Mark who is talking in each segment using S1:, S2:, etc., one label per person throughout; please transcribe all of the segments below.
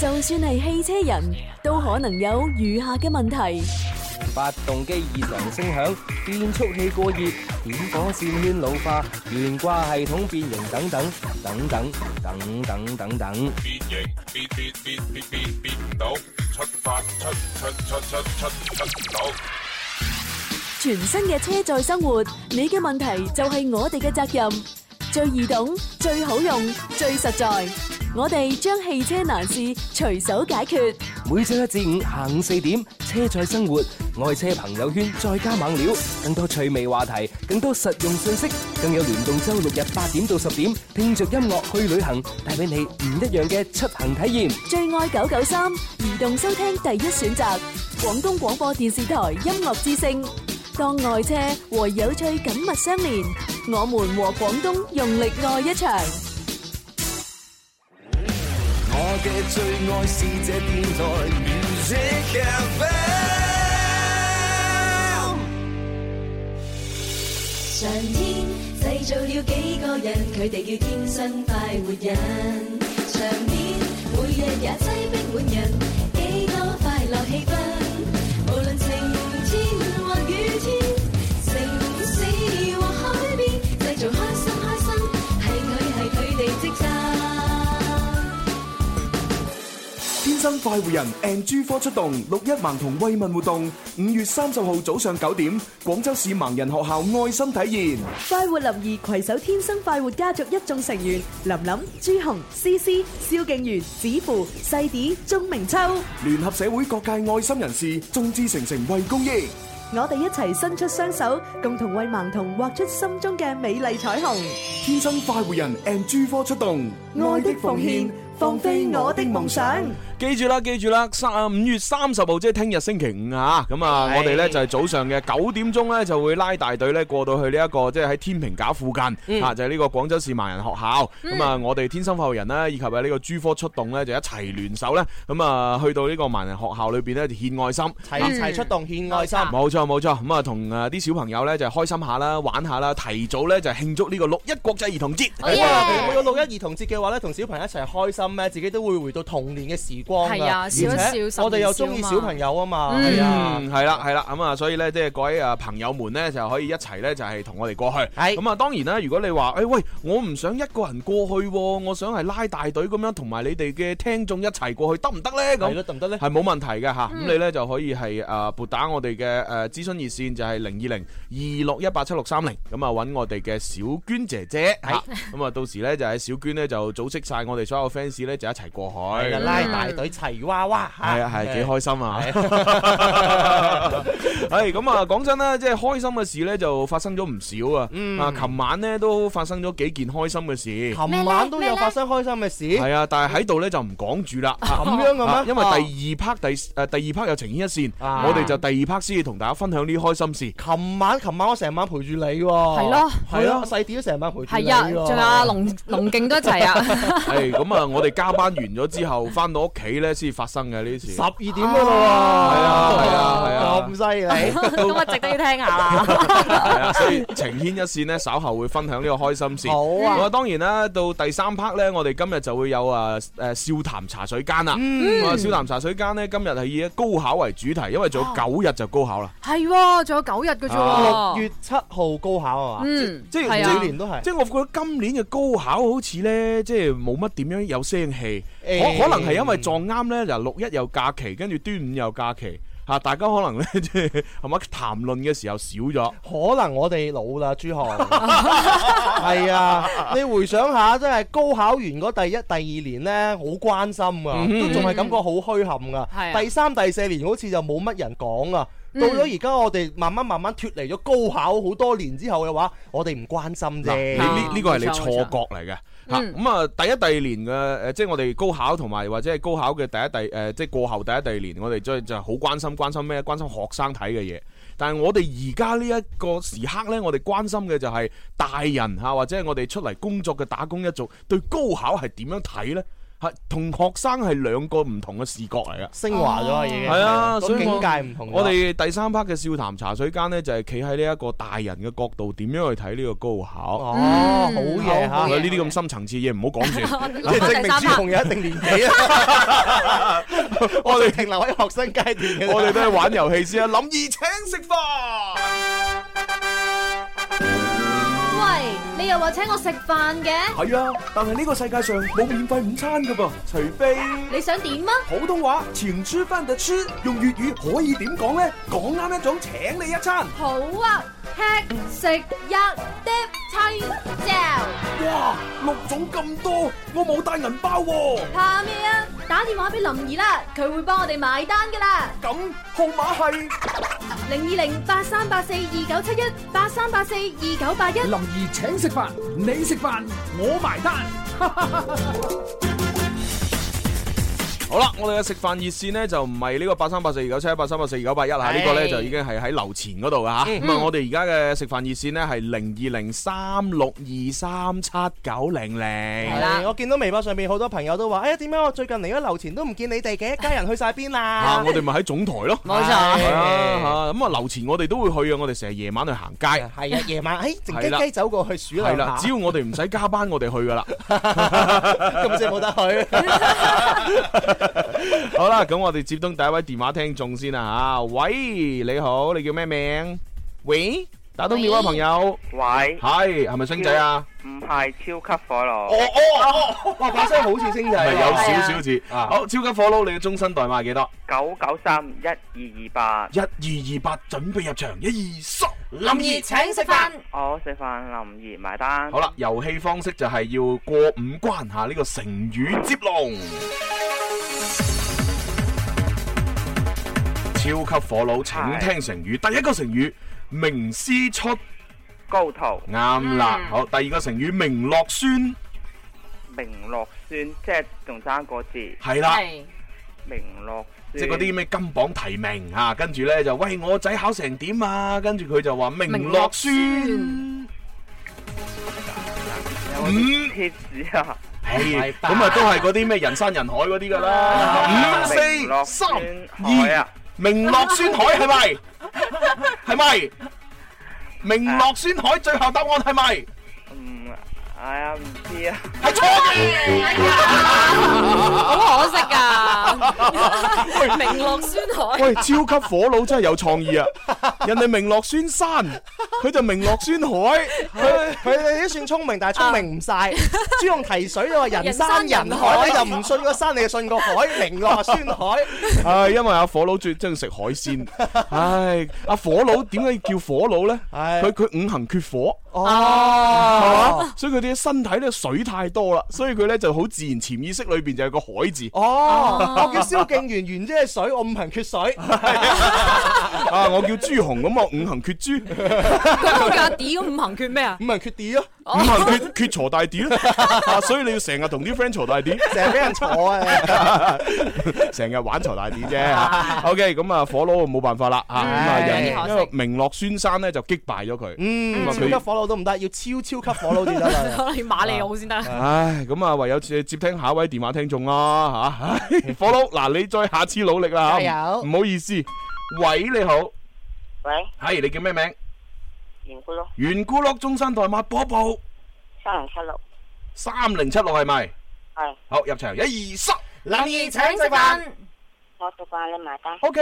S1: 就算係汽車人都可能有餘下嘅問題。
S2: 發動機異常聲響、變速器過熱、點火線圈老化、懸掛系統變形等等等等等等等等。
S3: 變形變變變變變變唔到，出發出出出出出出唔到。
S1: 全新嘅車載生活，你嘅問題就係我哋嘅責任。最易懂、最好用、最實在，我哋將汽車難事隨手解決。
S2: 每周一至五下午四點，車載生活，愛車朋友圈再加猛料，更多趣味話題，更多實用信息，更有聯動周六日八點到十點，聽着音樂去旅行，帶俾你唔一樣嘅出行體驗。
S1: 最愛九九三移動收聽第一選擇，廣東廣播電視台音樂之聲。當愛車和有趣緊密相連，我們和廣東用力愛一場。
S4: 我嘅最愛是這電台 Music FM。
S5: 上天製造了幾個人，佢哋叫天生快活人。場面每日也擠逼滿人，幾多快樂氣氛。無論晴天或雨天，城市或海邊，製造開心開心，係佢係佢哋職責。
S6: 天生快活人 and 珠科出動六一盲童慰問活動，五月三十號早上九點，廣州市盲人學校愛心體現。
S7: 快活林兒攜手天生快活家族一眾成員，林林、朱紅、思思、蕭敬元、子父、細啲、鐘明秋，
S6: 聯合社會各界愛心人士，眾志成城為公益。
S7: 我哋一齊伸出雙手，共同為盲童畫出心中嘅美麗彩虹。
S6: 天生快活人 and 珠科出動，
S7: 愛的奉獻，放飛我的夢想。
S8: 記住啦，記住啦，三啊五月三十號即係聽日星期五啊，咁啊，我哋咧就係早上嘅九點鐘咧就會拉大隊咧過到去呢一個即係喺天平架附
S9: 嗯
S8: 近啊，就係呢個廣州市盲人學校。咁啊，我哋天生發育人啦，以及係呢個珠科出動咧，就一齊聯手咧，咁啊去到呢個盲人學校裏邊咧就獻愛心。嗯
S9: 齊齊出動獻愛心，
S8: 冇錯冇錯，咁啊同誒啲小朋友咧就開心下啦，玩下啦，提早咧就慶祝呢個六一國際兒童節。
S9: 不過每到六一兒童節嘅話咧，同小朋友一齊開心咧，自己都會回到童年嘅時光㗎。
S10: 係啊
S9: 而
S10: 笑
S9: 且
S10: 一笑十年
S9: 我哋又
S10: 少
S9: 中意
S10: 嘛
S9: 小朋友啊嘛，
S10: 嗯
S9: 係啊。
S8: 嗯，係啦，係啦，咁啊，所以咧，即係各位啊朋友們咧，就可以一齊咧，就係同我哋過去。
S9: 係
S8: 咁啊，當然啦，如果你話，誒喂，我唔想一個人過去喎，我想係拉大隊咁樣，同埋你哋嘅聽眾一齊過去，得唔得咧？
S9: 係咯，
S8: 咁
S9: 得唔得咧？
S8: 係冇問題嘅嚇。咁你咧就可以係誒撥打我哋嘅誒諮詢熱線，就係零二零二六一八七六三零，咁啊揾我哋嘅小娟姐姐嚇。咁啊，到時咧就係小娟咧就組織晒我哋所有 fans 咧，就一齊過去。
S9: 係啊，拉大隊齊娃娃嚇。
S8: 系啊，係幾
S9: 誒
S8: 開心啊！係咁啊，講真啦，即係開心嘅事咧，就發生咗唔少啊！啊，琴晚咧都發生咗幾件開心嘅事，
S9: 嗯琴晚都有發生開心嘅事，咁
S8: 係啊，但係喺度咧就唔講住啦。
S9: 樣嘅
S8: 啊
S9: 咩？
S8: 因為第二 part 第誒第二 part 有情牽一線，
S9: 啊
S8: 我哋就第二 part 先同大家分享呢啲開 心事。
S9: 啊琴晚琴晚我成晚陪住你喎，係
S10: 咯
S9: 係咯，細啲都成晚陪住你
S10: 係啊，
S9: 喎
S10: 仲有阿龍龍勁都一 齊啊！
S8: 係咁啊，我哋加班完咗之後，翻到屋企咧先發生嘅呢啲事
S9: 十。二點嘅咯喎，
S8: 係啊係啊係啊
S9: 咁犀利，
S10: 咁啊，值得要聽下啦。
S8: 係啊，所以情牽一線咧，稍後會分享呢個開心事。
S9: 好啊
S8: 咁啊，當然啦，到第三 part 咧，我哋今日就會有啊誒笑談茶水間啦。
S9: 嗯
S8: 咁啊，笑談茶水間咧，今日係以高考為主題，因
S9: 哦
S8: 為仲有九日就高考啦。
S10: 係喎，仲有九日嘅啫
S8: 啊
S10: 喎。
S9: 六月七號高考啊嘛，
S10: 嗯，
S8: 即係
S10: 係
S9: 每
S10: 啊，
S9: 年都哦係
S8: 即。係我覺得今年嘅高考好似咧，即係冇乜點樣有聲氣，
S9: 誒
S8: 可可能係因為撞啱咧，就六一有假期，跟住端午有假期，嚇大家可能咧即係係咪談論嘅時候少咗？
S9: 可能我哋老啦，朱 航。係啊，你回想下，真係高考完嗰第一、第二年呢，好關心啊，都仲係感覺好虛冚
S10: 係
S9: 啊。
S10: 啊
S9: 第三、第四年好似就冇乜人講啊。到咗而家，我哋慢慢慢慢脱離咗高考好多年之後嘅話，我哋唔關心
S8: 嗱，
S9: 啫。
S8: 你呢呢個係你
S10: 哦冇錯嗯
S8: 錯 覺嚟嘅嚇。咁啊，第一第二年嘅誒，呃即係我哋高考同埋或呃者係高考嘅第一第誒，即係過後第一第二年，我哋即係就係好關心關心咩？關心學生睇嘅嘢。但係我哋而家呢一個時刻呢，我哋關心嘅就係大人嚇，或者係我哋出嚟工作嘅打工一族對高考係點樣睇呢？係同學生係兩個唔同嘅視覺嚟噶，
S9: 升華咗啊已經
S8: 係啊，
S9: 個
S8: 所以我
S9: 境界唔同咗
S8: 我哋第三 part 嘅笑談茶水間呢，就係企喺呢一個大人嘅角度，點樣去睇呢個高考？哦
S9: 好嘢嚇
S8: 呢啲咁深層次嘢唔好講 住，
S9: 即係證明朱紅有一定年 紀啊！我哋停留喺學生階段嘅，
S8: 我哋都係玩遊戲先啊！林怡請食飯。
S11: 喂，你又話請我食飯嘅？
S4: 系啊，但系呢个世界上冇免费午餐噶噃，除非
S11: 你想點啊？
S4: 普通话前出翻特出，用粤语可以点讲呢？讲啱一种，请你一餐。
S11: 好啊，吃食一碟青椒。
S4: 哇，六种咁多，我冇带银包喎、
S11: 怕咩啊？打電話俾林兒啦，佢會幫我哋埋單噶啦。
S4: 咁號碼係
S11: 零二零八三八四二九七一八三八四二九八一。林
S12: 兒請食飯，你食飯，我埋單。
S8: 好啦，我哋嘅食飯熱線呢，就唔係呢個八三八四二九七八三八四二九八一啦，
S9: 係
S8: 呢個呢，就已經係喺樓前嗰度噶吓。
S9: 嗯
S8: 咁啊，我哋而家嘅食飯熱線呢，係零二零三六二三七九零零。
S9: 係我見到微博上面好多朋友都話：，哎呀，點解我最近嚟咗樓前都唔見你 哋嘅？一家人去晒邊啦
S8: 啊！？我哋咪喺總台咯，
S9: 冇錯
S8: 係啊啊咁啊，樓前我哋都會去啊，我哋成日夜晚去行街。
S9: 係啊，夜晚哎靜
S8: 係啦
S9: 雞雞走過去數兩
S8: 係啦
S9: 下，，
S8: 只要我哋唔使加班，我哋去 噶啦。
S9: 咁即係冇得去。
S8: 好啦，咁我哋接通第一位電話聽眾先啦吓。喂，你好，你叫咩名？喂，打通電話朋友。
S13: 喂，
S8: 係係咪星仔啊？
S13: 唔系超級火
S8: 哦
S13: 爐，
S8: 哦哦，哇，把聲好似星仔，
S13: 係係
S8: 有
S13: 啊
S8: 少少似。好，超級火爐，你嘅終身代碼係幾多？
S13: 九九三一二二八，
S8: 一二二八，準備入場，一二三。
S13: 怡
S11: 請食飯，
S13: 我食飯，林怡埋單。
S8: 好啦，，遊戲方式就係要過五關吓呢個成語接龍。超級火佬，請聽成語。第一個成語名師出
S13: 高徒，嗯
S8: 啱啦。好，第二個成語名落孫
S13: 明樂酸，即係仲爭個字。
S8: 係啦係
S13: 明樂
S8: 即
S13: 酸，
S8: 係嗰啲咩金榜題名吓，啊跟住呢就喂我仔考成點啊，跟住佢就話名落孫。
S13: 五貼士啊，
S8: 唉嗯咁啊，都係嗰啲咩人山人海嗰啲噶啦。五四
S13: 明樂
S8: 三
S13: 酸海
S8: 二
S13: 啊，
S8: 明樂酸海係咪？係咪？明樂酸海最後答案係咪？
S13: 嗯，哎呀，唔知啊，
S8: 係錯
S13: 好
S10: 可惜 噶，
S8: 喂
S10: 明樂酸海。
S8: 喂，超級火佬真係有創意啊！人哋明樂酸山，佢就明樂酸海。
S9: 佢佢哋都算聰明，但係聰 明唔晒。朱紅提水就話人山人海，你就唔信個山，你就信個海，明樂酸海。
S8: 唉，因為阿火佬最憎食海鮮。唉，阿火佬點解叫火佬咧？佢佢五行缺火。
S9: 哦
S8: 係嘛所以佢啲身體咧水太多啦，所以佢咧就好自然潛意識裏邊就有個海字。
S9: 哦，我叫蕭敬元，元即係水，我五行缺水。
S8: 啊，我叫朱紅咁，我五行缺豬，
S10: 咁我叫阿 D 咁五行缺咩啊？
S9: 五行缺 D 咯，
S8: 五行缺缺鋤大 D 咯。啊，所以你要成日同啲 friend 鋤大 D，
S9: 成日俾人坐啊！
S8: 成日玩鋤大 D 啫。OK，咁啊，火佬冇辦法啦嚇，咁啊
S9: 唉
S8: 人
S9: 可惜
S8: 因為明樂孫山咧就擊敗咗佢，
S9: 嗯
S8: 咁啊
S9: 超級
S8: 佢。
S9: 火佬都唔得，要超超級火佬至得啊 啦。
S10: 可能要馬里奧先得。
S8: 唉，咁啊，唯有接接聽下一位電話聽眾啦 吓。唉火佬，嗱，你再下次努力啦，
S14: 加油
S8: 唔好意思。喂，你好，
S14: 喂，
S8: 係你叫咩名？
S14: 圓咕碌
S8: 圓咕碌中山代碼波波
S14: 三零七六，
S8: 三零七六係咪？
S14: 係
S8: 好，入場一二三，
S14: 林怡
S10: 請食飯，
S14: 我食飯你埋單。
S9: O K，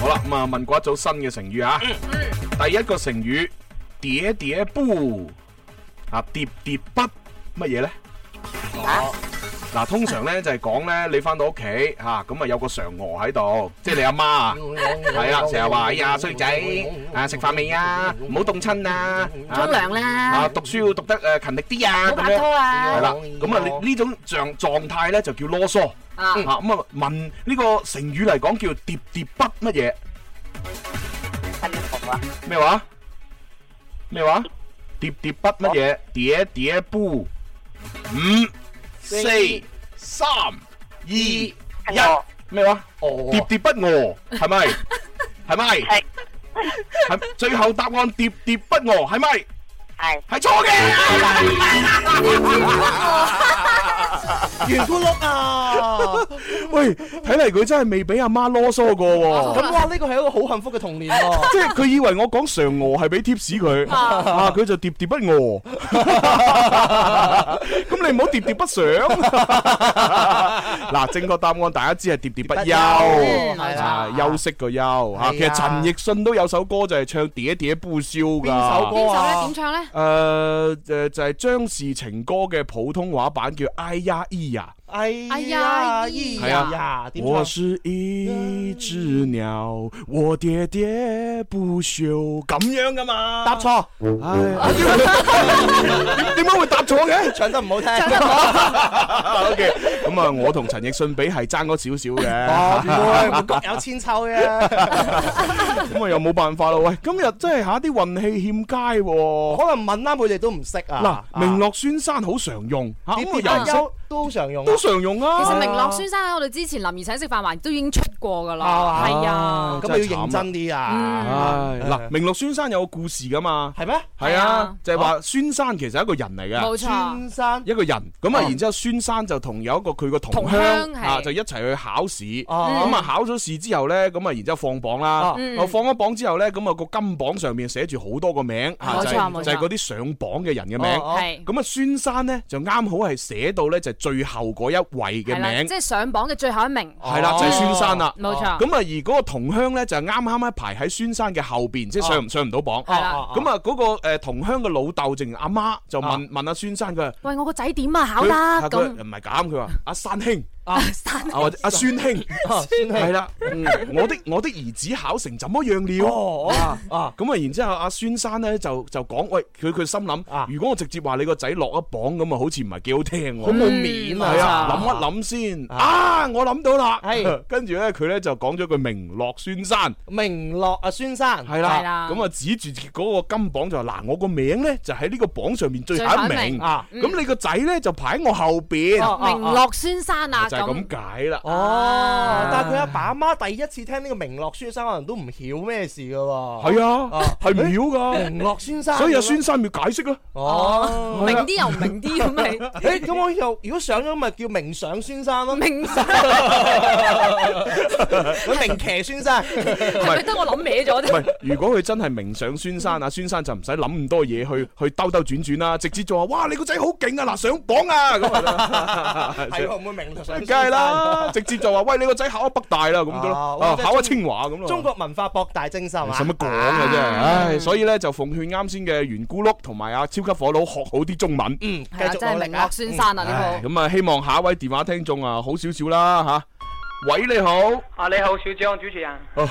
S8: 好啦，咁啊，問過一組新嘅成語啊。第一個成語喋喋不啊，喋喋不乜嘢咧？
S10: 啊
S8: 嗱，通常咧就係講咧，你翻到屋企吓，啊咁啊有個嫦娥喺度，即係你阿媽啊，
S10: 嗯
S8: 係啦，成日話哎呀衰仔啊食飯未啊，唔好凍親啊，啊
S4: Ờ.
S10: 沖涼啦
S8: 啊讀書要讀得誒勤力啲啊，
S10: 唔好
S8: 咁
S10: 拍
S8: 樣
S10: 拖啊
S8: 係啦，咁啊呢呢種狀狀態咧就叫囉嗦
S10: 啊
S8: 啊，咁啊問呢個成語嚟講叫喋喋不乜嘢？咩話？咩話？喋喋不乜嘢？喋喋不五四三二一咩話？喋喋不餓係咪？係咪？係最後答案喋喋不餓係咪？
S14: 係
S8: 係錯嘅。
S4: Ờ.
S9: 圓咕碌啊！
S8: 喂，睇嚟佢真係未俾阿媽囉嗦過喎。
S9: 咁哇，呢個係一個好幸福嘅童年喎。
S8: 即係佢以為我講嫦娥係俾 tips 佢，
S9: 啊
S8: 啊佢就喋喋不 餓。咁你唔好喋喋不上。 嗱，正確答案大家知係喋喋不
S9: 嗯
S8: 休，
S9: 係啦
S8: 啊休息個休
S9: 係啊
S8: 嚇。其實陳奕迅都有首歌就係唱喋喋不休㗎。
S9: 邊首歌啊邊首呢點
S10: 唱咧？
S8: 誒誒就係張氏情歌嘅普通話版叫《哎呀咿呀》。
S9: 哎
S10: 哎
S9: 呀，
S10: 呀
S9: 咿
S8: 係
S9: 呀
S8: 啊
S9: 哎呀，，點
S8: 我
S9: 唱？
S8: 是一隻鳥，我喋喋不休，咁樣噶嘛？
S9: 答錯。
S10: 嗯
S8: 點點解會答錯嘅？
S9: 唱得唔好聽。
S8: O K，咁啊，我同陳奕迅比係爭咗少少啊
S9: 哦，唔會，
S8: 嘅。
S9: 各有千秋嘅，
S8: 咁啊，又冇辦法啦。喂，今日真係下啲運氣欠佳喎。
S9: 可能問啱佢哋都唔識
S8: 嗱
S9: 啊，。
S8: 明樂孫山好常用嚇，
S9: 點
S8: 咁
S9: 點
S8: 啊
S9: 啊
S8: 又識
S9: 優都常用啊，
S8: 都常用啊。
S10: 其實明樂先生喺我哋之前林怡請食飯環都已經出過㗎啦，
S8: 啊
S10: 哦係啊，嗯
S9: 咁你要認真啲啊！
S8: 唉，嗱，明樂孫山有個故事噶嘛，
S9: 係咩？
S8: 係啊，就係話孫山其實係一個人嚟嘅，
S10: 冇錯，
S9: 山
S8: 一個人咁
S9: 哦
S8: 啊，然之後孫山就同有一個佢個同鄉
S10: 同鄉係
S8: 啊，就一齊去考試。
S9: 哦
S8: 咁啊，考咗試之後咧，咁啊，然之後放榜啦
S9: 哦。嗯
S8: 啊放咗榜之後咧，咁啊個金榜上面寫住好多個名，啊
S10: 冇
S8: 就
S10: 錯
S8: 係
S10: 冇錯
S8: 就係嗰啲上榜嘅人嘅名。
S10: 哦哦係
S8: 咁啊，孫山咧就啱好係寫到咧就係最後嗰一位嘅
S10: 係啦，
S8: 名
S10: 即。係上榜嘅最後一名，哦
S8: 係啦，就係孫山啦。
S10: 冇錯
S8: 哦咁啊，而嗰個同鄉咧就啱啱啱排喺孫山嘅後邊，
S9: 哦
S8: 即係上唔上唔到榜。
S10: 係啦
S8: 咁啊，嗰個誒同鄉嘅老豆，淨係阿媽就
S9: 哦
S8: 問問阿孫山佢話。
S10: 喂，我個仔點啊？考得
S8: 佢佢
S10: 咁
S8: 唔係咁，佢話阿山兄。
S10: 啊，生
S8: 啊或者阿孫兄，
S9: 哦孫兄
S8: 係啦，嗯我的我的兒子考成怎麼樣了？
S9: 哦
S8: 啊啊，咁啊，然之後阿孫生咧就就講，喂，佢佢心
S9: 啊
S8: 諗，如果我直接話你個仔落一榜咁啊，好似唔係幾好聽喎，
S9: 好冇面啊
S8: 係啊，諗一諗先，啊，我諗到啦，
S9: 係
S8: 跟住咧佢咧就講咗句名落孫山。
S9: 明樂啊，孫生
S8: 係啦，咁啊指住嗰個金榜就話嗱，我個名咧就喺呢個榜上面最後一
S10: 最後一
S8: 名，哦
S10: 名
S8: 啊
S10: 啊
S8: 咁你個仔咧就排喺我後邊，
S10: 哦明樂孫山啊，
S8: 啊就係咁解啦。
S9: 哦，但係佢阿爸阿媽第一次聽呢個明樂孫生，可能都唔曉咩事噶喎。
S8: 係啊，係唔 曉噶。
S9: 明樂哦孫生，
S8: 所以阿啊孫生咪解釋啊咯。
S9: 哦，
S10: 明啲又唔明啲咁咪，
S9: 誒，咁我又如果上咗咪叫明上孫生咯，
S10: 明
S9: 咁明騎孫生，
S10: 係咪得我諗歪咗
S8: 唔
S10: 啫？
S8: 係，如果佢真係名上孫山啊，孫生就唔使諗咁多嘢去去兜兜轉轉啦，直接就話：哇，你個仔好勁啊！嗱，上榜啊！咁啊，
S9: 係會唔會明上孫生？
S8: 梗係啦，直接就話：喂，你個仔考咗北大啦，咁嘅
S9: 啊
S8: 咯，
S9: 哇
S8: 啊
S9: 即係
S8: 考咗
S9: 中
S8: 清華咁咯。
S9: 中國文化博大精深啊！
S8: 使乜講嘅啫，唉，所以咧就奉勸啱先嘅圓咕碌同埋啊超級火佬學好啲中文。
S9: 嗯，繼
S10: 係啊，
S9: 續
S10: 真係
S9: 努
S10: 明
S9: 力啊
S10: 樂！孫山啊呢
S8: 唉咁啊，希望下一位電話聽眾啊好少少啦吓。喂，你好，
S15: 啊，你好，小張主持人，
S8: 你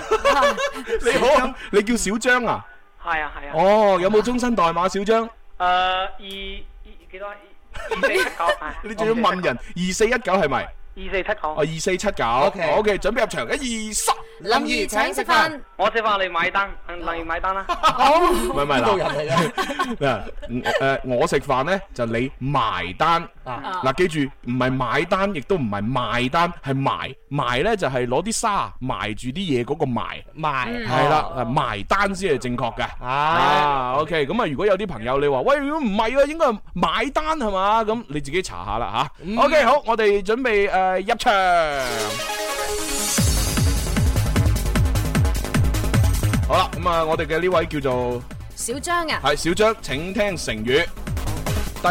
S8: 好，你叫小張啊？
S15: 係啊係啊，誒
S8: 哦，有冇終身代碼，小張？
S15: 二二幾多？二二四七
S8: ，
S15: 九啊
S8: 你仲要問人二四一九係咪？
S15: 二四七
S8: 哦，
S15: 九
S8: 二，四七九。
S9: OK
S8: OK，準備入場，一二三。
S10: 個，林怡請食飯，
S15: 我即話你買單，嗯你買單啦，
S8: 哦唔係唔係
S9: 邊度
S8: 嗱
S9: 人嚟 嘅？
S8: 嗱，誒我食飯咧就你埋單。
S9: 啊
S8: 嗱，記住唔係買單，亦都唔係賣單，係埋埋咧就係攞啲沙埋住啲嘢嗰個埋。
S9: 賣
S8: 係啦，啊埋單先係正確嘅。
S9: 啊！
S8: 啊，OK，咁啊，如果有啲朋友你話，喂，如果唔係啊，應該係買單係嘛？咁你自己查下啦吓。OK，好，我哋準備誒入場。好啦，咁啊，我哋嘅呢位叫做
S10: 小張啊，
S8: 係小張，請聽成語。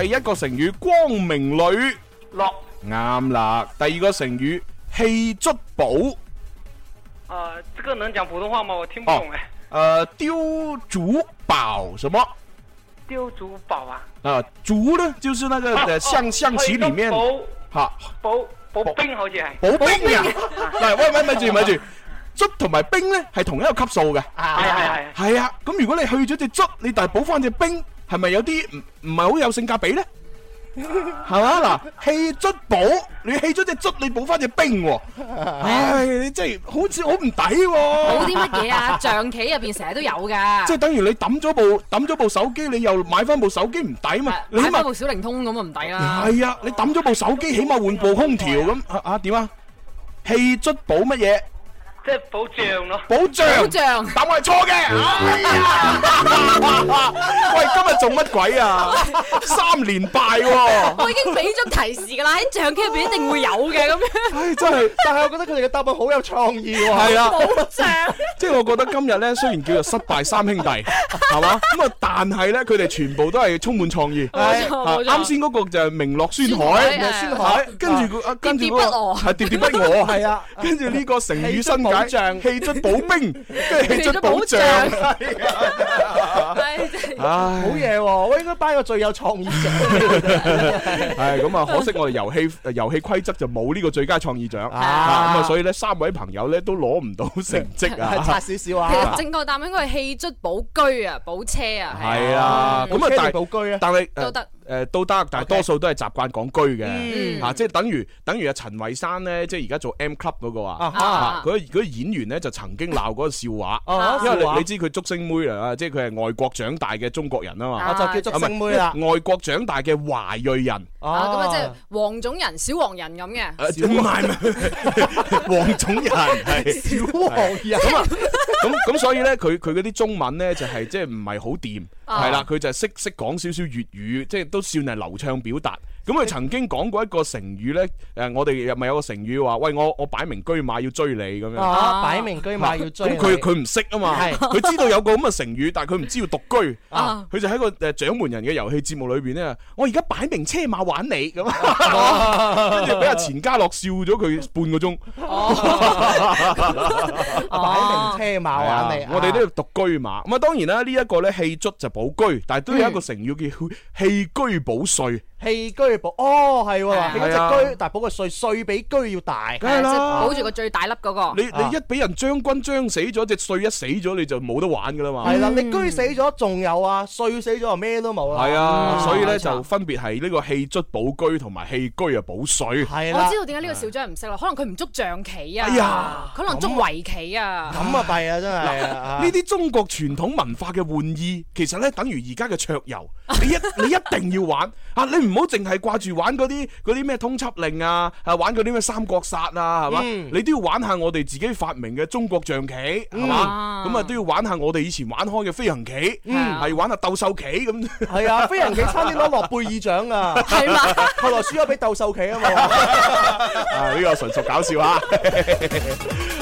S8: 第一個成語光明磊，
S15: 落
S8: 啱啦。第二個成語氣卒寶，
S15: 啊，這個能講普通話嗎？我聽不
S8: 哦
S15: 懂哎，
S8: 誒丟竹寶什麼？
S15: 丢珠寶啊，
S8: 啊，竹呢，就是那个呃象象棋里面，
S15: 保
S8: 哈，
S15: 保保冰好似係，
S8: 保兵啊，嗱，喂喂，咪住咪住，卒同埋兵呢係同一個級數嘅，
S15: 係係係。
S8: 係啊，咁如果你去咗隻卒，你但係補翻隻兵，係咪有啲唔唔係好有性價比呢？ 係嘛嗱，棄卒補，你棄咗隻卒，你補翻隻兵 喎，唉，你真係好似好唔抵
S10: 冇
S8: 喎，
S10: 啲乜嘢啊？ 象棋入邊成日都有㗎，
S8: 即係等於你抌咗部抌咗部手機，你又買翻部手機唔抵嘛，你起
S10: 買
S8: 碼
S10: 翻。部小靈通咁啊唔抵啦。
S8: 系啊，你抌咗部手機，起碼換部空調咁啊啊點啊？氣卒保乜嘢？
S15: 即係保障咯。
S8: 保障，答案係錯嘅。哎呀喂，今日做乜鬼啊？三連敗喎。
S10: 我已經俾咗提示㗎啦，喺象棋入邊一定會有嘅咁樣。
S9: 唉，真係，啊但係我覺得佢哋嘅答案好有創意喎。
S8: 係啦啊
S10: 保障。
S8: 即係我覺得今日咧，雖然叫做失敗三兄弟，係嘛咁啊，但係咧，佢哋全部都係充滿創意。
S9: 冇錯
S8: 啊
S9: 冇錯
S8: 啱先嗰個就係名落孫
S9: 孫海
S16: 啊
S8: 海，
S9: 孫海
S8: 啊跟住個跟住嗰
S9: 啊喋喋不
S8: 個
S9: 我
S8: 係喋喋不我，
S9: 係啊。
S8: 跟住呢個成
S9: 氣
S8: 語
S9: 出保
S8: 新解，氣出保 兵，跟住氣出保障。唉
S9: 好嘢喎！我應該頒個最有創意 獎。
S8: 系咁啊！可惜我哋遊戲遊戲規則就冇呢個最佳創意獎，啊咁啊，所以咧三位朋友咧都攞唔到成績啊，
S9: 差少少
S10: 其
S9: 啊
S10: 實。正確答案應該係氣卒保居啊，保車啊，
S8: 係啊，咁啊，但係
S9: 保居啊，
S8: 但係
S10: 都得。
S8: 誒都得，但係多數都係習慣講居嘅
S10: 嗯
S8: 嚇，即係等於等於阿陳慧珊咧，即係而家做 M Club 嗰個
S9: 啊
S8: 啊
S9: 哈
S8: 啊，嗰嗰演員咧就曾經鬧嗰個笑
S9: 啊
S8: 話，
S9: 哈
S8: 因為
S9: 笑話
S8: 你你知佢竹升妹啊，即係佢係外國長大嘅中國人啊嘛，
S10: 啊就叫竹升妹啦
S8: 啊唔係外國長大嘅華裔人
S10: 啊咁啊，即係黃種人、小黃人咁嘅。
S8: 誒唔係唔係 黃種人係
S9: 小黃
S4: dạ.
S9: 人
S8: 咁啊，咁咁所以咧，佢佢嗰啲中文咧就係即係唔係好掂，
S9: 啊
S8: 係啦，佢就係識識講少少粵語，即係都算係流暢表達。咁佢曾經講過一個成語咧，誒我哋咪有個成語話，喂我我擺明車馬要追你咁樣，
S9: 啊擺明車馬要追
S8: 咁
S9: 你
S8: 佢佢唔識啊嘛，
S9: 係
S8: 佢知道有個咁嘅成語，但係佢唔知要獨居，
S9: 啊
S8: 佢就喺個誒掌門人嘅遊戲節目裏邊咧，我而家擺明車馬玩你咁，啊
S9: 啊
S8: 跟住俾阿錢嘉樂笑咗佢半個鐘。
S9: 擺明車馬玩你
S8: 係啊，我哋呢度獨居馬。咁啊，當然啦，呢一個咧氣卒就保居，但係都有一個成語
S9: 嗯
S8: 叫氣居保歲。
S9: 棄居保哦，係
S8: 係啊
S9: 喎，棄嗰只居，但係保個税税比居要大，
S8: 梗係啦
S10: 即係保住個最大粒嗰個。
S8: 你
S9: 啊
S8: 你一俾人將軍將死咗，隻歲一死咗，你就冇得玩噶啦嘛。
S9: 係啦，你居死咗仲有啊，税死咗就咩都冇啦。
S8: 係啊，
S9: 嗯
S8: 所以咧就分別係呢個氣卒保居同埋氣居啊保歲。係
S10: 我知道點解呢個小張唔識啦，可能佢唔捉象棋啊，
S8: 哎呀
S10: 可能捉圍棋啊，
S9: 咁啊弊啊真係啊
S8: 呢啲中國傳統文化嘅玩意，其實咧等於而家嘅桌遊，你一你一定要玩啊！你唔好淨係掛住玩嗰啲嗰啲咩通緝令啊，啊玩嗰啲咩三國殺啊，係嘛？
S9: 嗯
S8: 你都要玩下我哋自己發明嘅中國象棋，係
S9: 嗯
S8: 嘛？咁啊都要玩下我哋以前玩開嘅飛行棋，係玩下鬥獸棋咁。
S9: 係 啊，飛行棋差啲攞諾貝爾獎啊，係嘛？後來輸咗俾鬥獸棋啊嘛。
S8: 啊！呢個純屬搞笑啊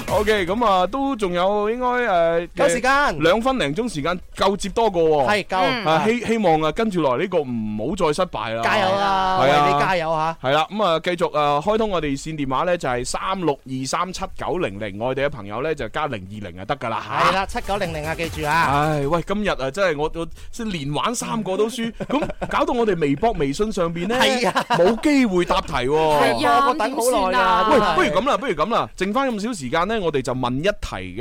S8: ！OK，咁啊，都仲有應該誒
S9: 夠時間
S8: 兩分零鐘時間夠接多個喎，
S9: 係夠嗯
S8: 啊希希望啊，跟住來呢個唔好再失敗啦！
S9: 加油啦，為你加油吓！
S8: 係啦，咁啊，繼續啊，開通我哋線電話咧，就係三六二三七九零零，外地嘅朋友咧就加零二零就得噶啦嚇
S9: 係啦，七九零零啊，記住啊！
S8: 唉，喂，今日啊，真係我我即係連玩三個都 輸，咁搞到我哋微博、微信上邊
S9: 係
S8: 咧
S9: 啊
S8: 冇機會答題喎。
S9: 係啊我等好耐啊
S8: 喂
S9: 真，係
S8: 不如咁啦，不如咁啦，剩翻咁少時間咧，我哋就問一題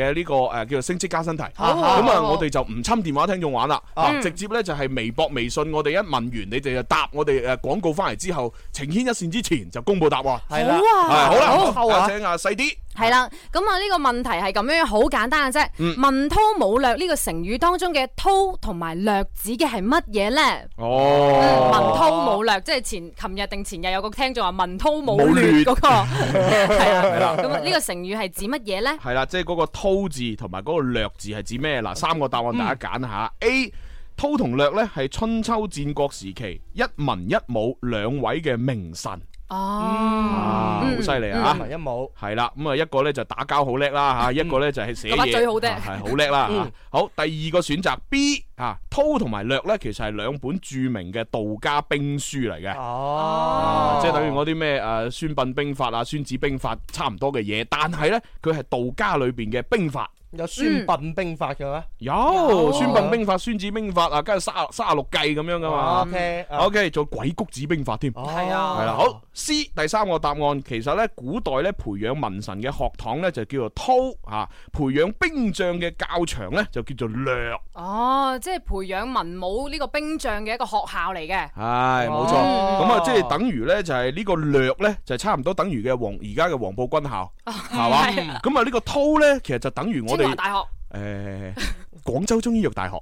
S8: 嘅呢個誒叫做升職加薪題。
S9: 好
S8: 咁
S9: 啊好
S8: 啊，
S9: 啊
S8: 我哋就唔侵電話聽眾玩啦，
S9: 啊
S8: 啊直接咧就係微博、微信，我哋一問完你哋就答我哋誒廣告翻嚟之後，呈牽一線之前就公佈答案。
S9: 係啦
S10: 好啊
S8: 係好
S10: 好
S8: 啦，
S10: 啊
S8: 啊請啊細啲。
S10: 係啦，咁啊呢個問題係咁樣，好簡單嘅啫。
S8: 嗯
S10: 文韜武略呢個成語當中嘅韜同埋略指嘅係乜嘢呢？文
S8: 哦，
S10: 韜武略，即係前琴日定前日有個聽眾話文韜武
S8: 武略
S10: 略嗰個，係啦，
S8: 係啦
S10: 咁啊呢個成語係指乜嘢呢？
S8: 系啦，即係嗰個韜字同埋嗰個略字係指咩？
S10: 嗯
S8: 嗱，三個答案大家揀下。A 韜同略呢係春秋戰國時期一文一武兩位嘅名臣，
S10: 哦
S8: 啊，好犀利啊！
S9: 一文一武
S8: 係啦，咁啊一個呢就打交好叻啦吓，一個呢就係寫
S10: 個把
S8: 嘢
S10: 嘴好叻
S8: 啊係好叻啦
S10: 嗯
S8: 吓。好，第二個選擇 B 啊，韜同埋略呢其實係兩本著名嘅道家兵書嚟嘅。啊
S9: 哦
S8: 即係等於嗰啲咩誒《孫臏兵法》啊，《孫子兵法》差唔多嘅嘢，但係呢，佢係道家裏邊嘅兵法。
S9: 有孫臏兵法嘅咩？
S8: 有《孫臏兵法》《孫子兵法》啊，跟住三三十六計咁樣噶嘛。
S9: OK，啊
S8: OK，仲有鬼谷子兵法添。係
S9: 啊
S8: 係啦。好，C 第三個答案其實呢，古代呢，培養文臣嘅學堂呢，就叫做韜啊，培養兵將嘅教場呢，就叫做略。
S10: 哦，即係培養文武呢個兵將嘅一個學校嚟嘅。
S8: 唉，冇錯，
S10: 哦
S8: 咁啊，即係等於咧，就係呢個略咧，就係差唔多等於嘅黃而家嘅黃埔軍校，係嘛？
S10: 係啊
S8: 咁啊，呢個韜咧，其實就等於我哋
S10: 清華大學
S8: 誒廣州中醫藥大學。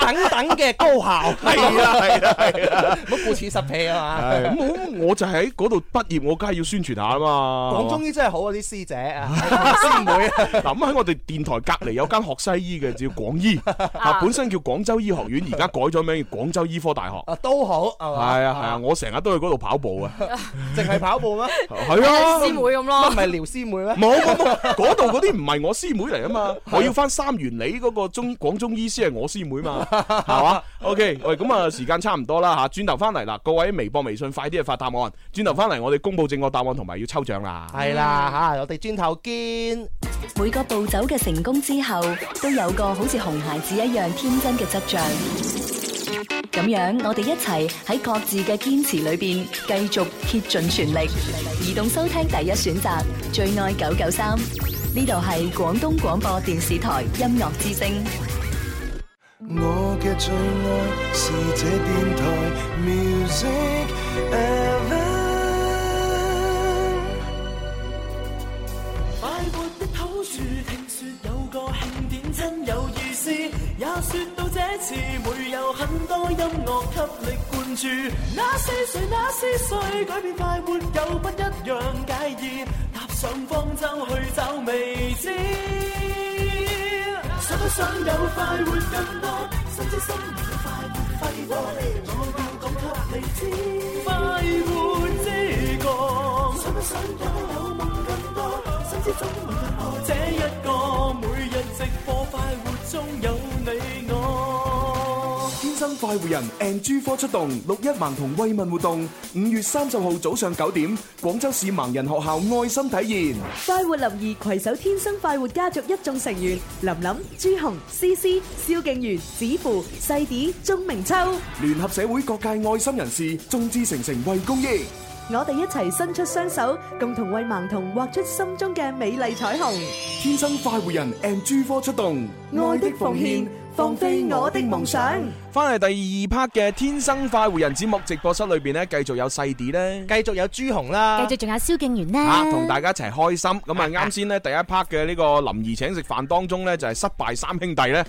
S9: 等等嘅高校，
S8: 哦係啊係啊係啊
S9: 唔好顧此失彼 啊嘛。
S8: 係咁我我就喺嗰度畢業，我梗係要宣傳下啦嘛。
S9: 講中醫真係好啊，啲師姐啊，師妹啊。
S8: 嗱咁喺我哋電台隔離有間學西醫嘅叫 廣醫，啊本身叫廣州醫學院，而家改咗名叫廣州醫 科大學。
S9: 啊都好係嘛？
S8: 係啊係啊，我成日都去嗰度 跑步啊。
S9: 淨係跑步咩？
S8: 係啊師妹
S10: 咁
S9: 唔
S10: 咯
S9: 係聊師妹咩？
S8: 冇冇冇，嗰度嗰啲唔係我師妹嚟啊嘛，我要翻三元里嗰個中廣中醫師係我師妹 嘛，係嘛？OK，喂，咁啊時間差唔多啦嚇，轉頭翻嚟啦，各位微博、微信快啲去發答案，轉頭翻嚟我哋公佈正確答案同埋要抽獎啦。
S9: 係啦吓，我哋轉頭見。
S5: 每個步走嘅成功之後，都有個好似熊孩子一樣天真嘅執着。咁樣，我哋一齊喺各自嘅堅持裏邊，繼續竭盡全力。移動收聽第一選擇，最愛九九三。呢度係廣東廣播電視台音樂之聲。
S17: 我嘅最愛是這電台 Music Evan。
S4: 快活的好處，聽說有個慶典真有意思，也說到這次會有很多音樂給力灌注。那是誰？那是誰？改變快活有不一樣介意，踏上方舟去找未知。想不想有快活更多？心知心明有快活快活，我要講給你知。快活之歌，想不想有有夢更多？心知總會有我這一個，每日直播快活中有你我。
S18: 天生快活人 and 珠科出動六一盲童慰問活動，五月三十號早上九點，廣州市盲人學校愛心體現。
S7: 快活林兒携手天生快活家族一眾成員，林林、朱紅、思思、蕭敬元、子父、細啲、鐘明秋，
S18: 聯合社會各界愛心人士，眾志成城為公益。
S7: 我哋一齊伸出雙手，共同為盲童畫出心中嘅美麗彩虹。
S18: 天生快活人 and 珠科出動，愛的奉獻，放飛我的夢想。
S8: 翻嚟第二 part 嘅《天生快活人》節目直播室裏邊呢，繼續有細啲咧，
S9: 繼續有朱紅啦，
S10: 繼續仲有蕭敬元
S8: 啊，
S10: 啦，
S8: 同大家一齊開心。咁啊，啱先呢，第一 part 嘅呢個林兒請食飯當中呢，就係失敗三兄弟呢，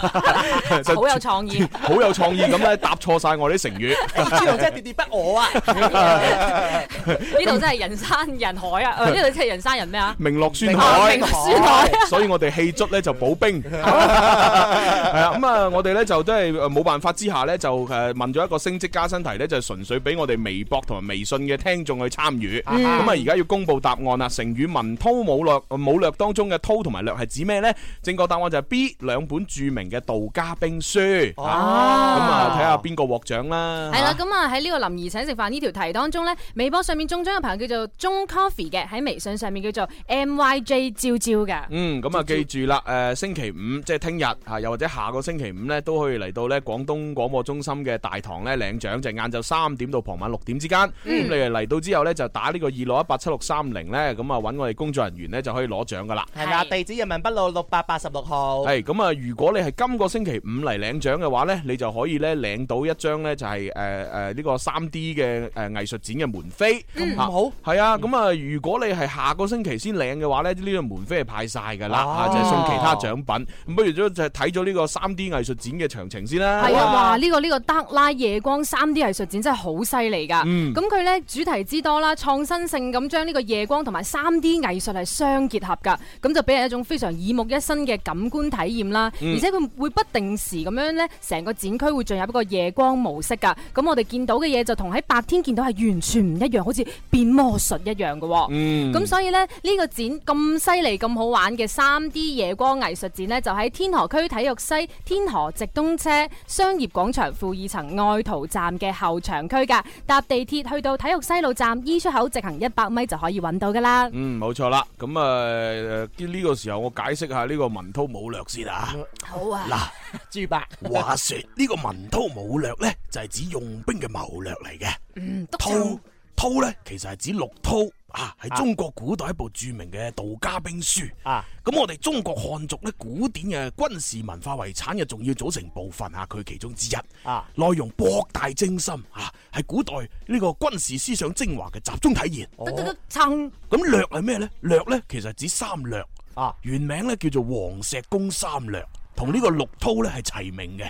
S8: 就
S10: 好有創意。
S8: 好有創意咁咧答錯晒我啲成語。
S9: 朱紅真係喋喋不我啊！
S10: 呢度真係人山人海啊！ 呃呢度真係人山人咩啊？
S8: 名落孫
S10: 啊
S8: 海，
S10: 名落孫海
S8: 所以我哋氣卒咧就保兵，係啊，咁啊，我哋咧就真係冇辦法之下咧，就誒問咗一個升職加薪題咧，就純粹俾我哋微博同埋微信嘅聽眾去參與。
S9: 嗯
S8: 咁啊，而家要公佈答案啦！成語文韜武略，武略當中嘅韜同埋略係指咩咧？正確答案就係 B 兩本著名嘅道家兵書。啊咁啊，睇下邊個獲獎啦。
S10: 係啦，咁啊喺呢個林兒請食飯呢條題當中呢，微博上面中獎嘅朋友叫做中 coffee 嘅，喺微信上面叫做 MYJ 照照嘅。
S8: 嗯，咁啊，記住啦，誒、星期五即係聽日嚇，又或者下個星期五呢，都可以嚟到呢廣東廣播中心嘅大堂呢領獎，就係晏晝三點到傍晚六點之間。咁、
S16: 嗯
S8: 你哋嚟到之後呢，就打呢個二六一八七六三零呢，咁啊揾我哋工作人員呢，就可以攞獎噶啦。
S9: 係啦，地址人民北路六百八十六號。
S8: 係咁啊！如果你係今個星期五嚟領獎嘅話呢，你就可以咧領到一張呢，就係誒呃誒呢個三 D 嘅誒呃藝術展嘅門飛。
S9: 嗯
S8: 嚇
S9: 好
S8: 係啊！咁啊，如果你係下個星期先領嘅話呢，呢個門飛係派晒㗎啦，
S9: 哦
S8: 嚇就係送其他獎品。咁不如都就睇咗呢個三 D 藝術展嘅詳情先啦。
S10: 係啊，哇！呢個呢個德拉夜光三 D 藝術展真係好犀利㗎。
S8: 嗯
S10: 咁佢呢主題之多啦，創新性咁將呢個夜光同埋三 D 藝術係相結合㗎，咁就俾人一種非常耳目一新嘅感官體驗啦。
S19: 嗯
S10: 而且佢會不定時咁樣呢，成個展區會進入一個夜光模式㗎。咁我哋見到嘅嘢就同喺白天見到係完全唔一樣，好似變魔術一樣嘅喎。
S19: 嗯
S10: 咁所以呢，呢個展咁犀利、咁好玩嘅三 D 夜光藝術展呢，就喺天河區體育西天河直通車商業廣場負二層愛圖站嘅後場區㗎。搭地鐵去到體育西路站 E 出口直行一百米就可以揾到㗎啦。
S8: 嗯，冇錯啦。咁啊，呃呢個時候我解釋下呢個文韜武略先啊。
S10: 好啊，
S9: 嗱，朱白，
S16: 話說呢、個文韜武略咧，就係、指用兵嘅謀略嚟嘅。
S10: 嗯，
S16: 韜韜咧，其實係指陸韜啊，係中國古代一部著名嘅道家兵書
S9: 啊。
S16: 咁我哋中國漢族咧古典嘅軍事文化遺產嘅重要組成部分啊，佢其中之一。
S9: 啊，
S16: 內容博大精深啊，係古代呢個軍事思想精華嘅集中體現。
S10: 得得得，撐
S16: 咁略係咩呢？略呢，其實係指三略。
S9: 啊，
S20: 原名咧叫做《黃石公三略》，同呢個陸韜咧係齊名嘅。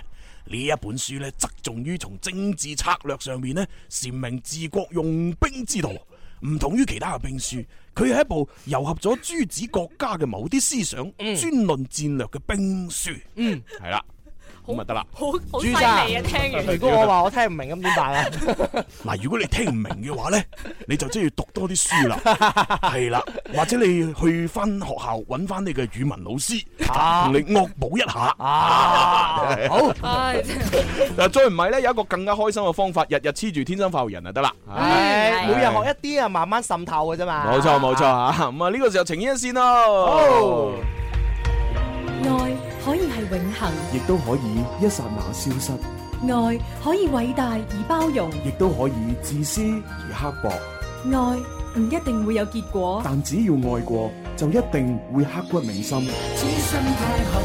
S20: 呢一本書咧側重於從政治策略上面咧闡明治國用兵之道，唔同於其他嘅兵書，佢係一部糅合咗諸子國家嘅某啲思想，專論戰略嘅兵書。嗯，係啦，咁咪得啦。
S10: 好好犀
S9: 朱
S10: 利
S9: 生
S10: 啊！聽完，
S9: 如果我話我聽唔明咁點辦啊？
S20: 嗱，如果你聽唔明嘅話呢，你就真係要讀多啲書 啦，係啦，或者你去翻學校揾翻你嘅語文老師，
S9: 啊
S20: 同你惡補一下。
S8: 啊好。
S10: 唉真係
S8: 嗱，再唔係咧，有一個更加開心嘅方法，日日黐住天生發育人就得啦。
S9: 唉，每日學一啲啊，慢慢滲透嘅啫嘛。
S8: 冇錯冇錯吓，咁啊呢個時候情牽一線咯。
S21: 愛可以係永恒，
S4: 亦都可以一刹那消失，
S21: 愛可以偉大而包容，
S4: 亦都可以自私而刻薄，
S21: 愛唔一定會有結果。
S4: 但只要愛過，就一定會刻骨銘心。
S22: 此生太幸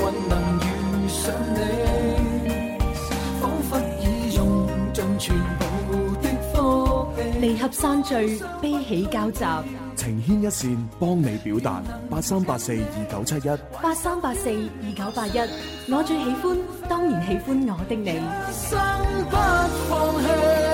S22: 運能遇上你，彷彿已用盡全部的福氣。
S21: 離合散聚，悲喜交集。
S4: 情牽一線，幫你表達。八三八四二九七一，
S21: 八三八四二九八一，我最喜歡，當然喜歡我的你。
S22: 生不放棄。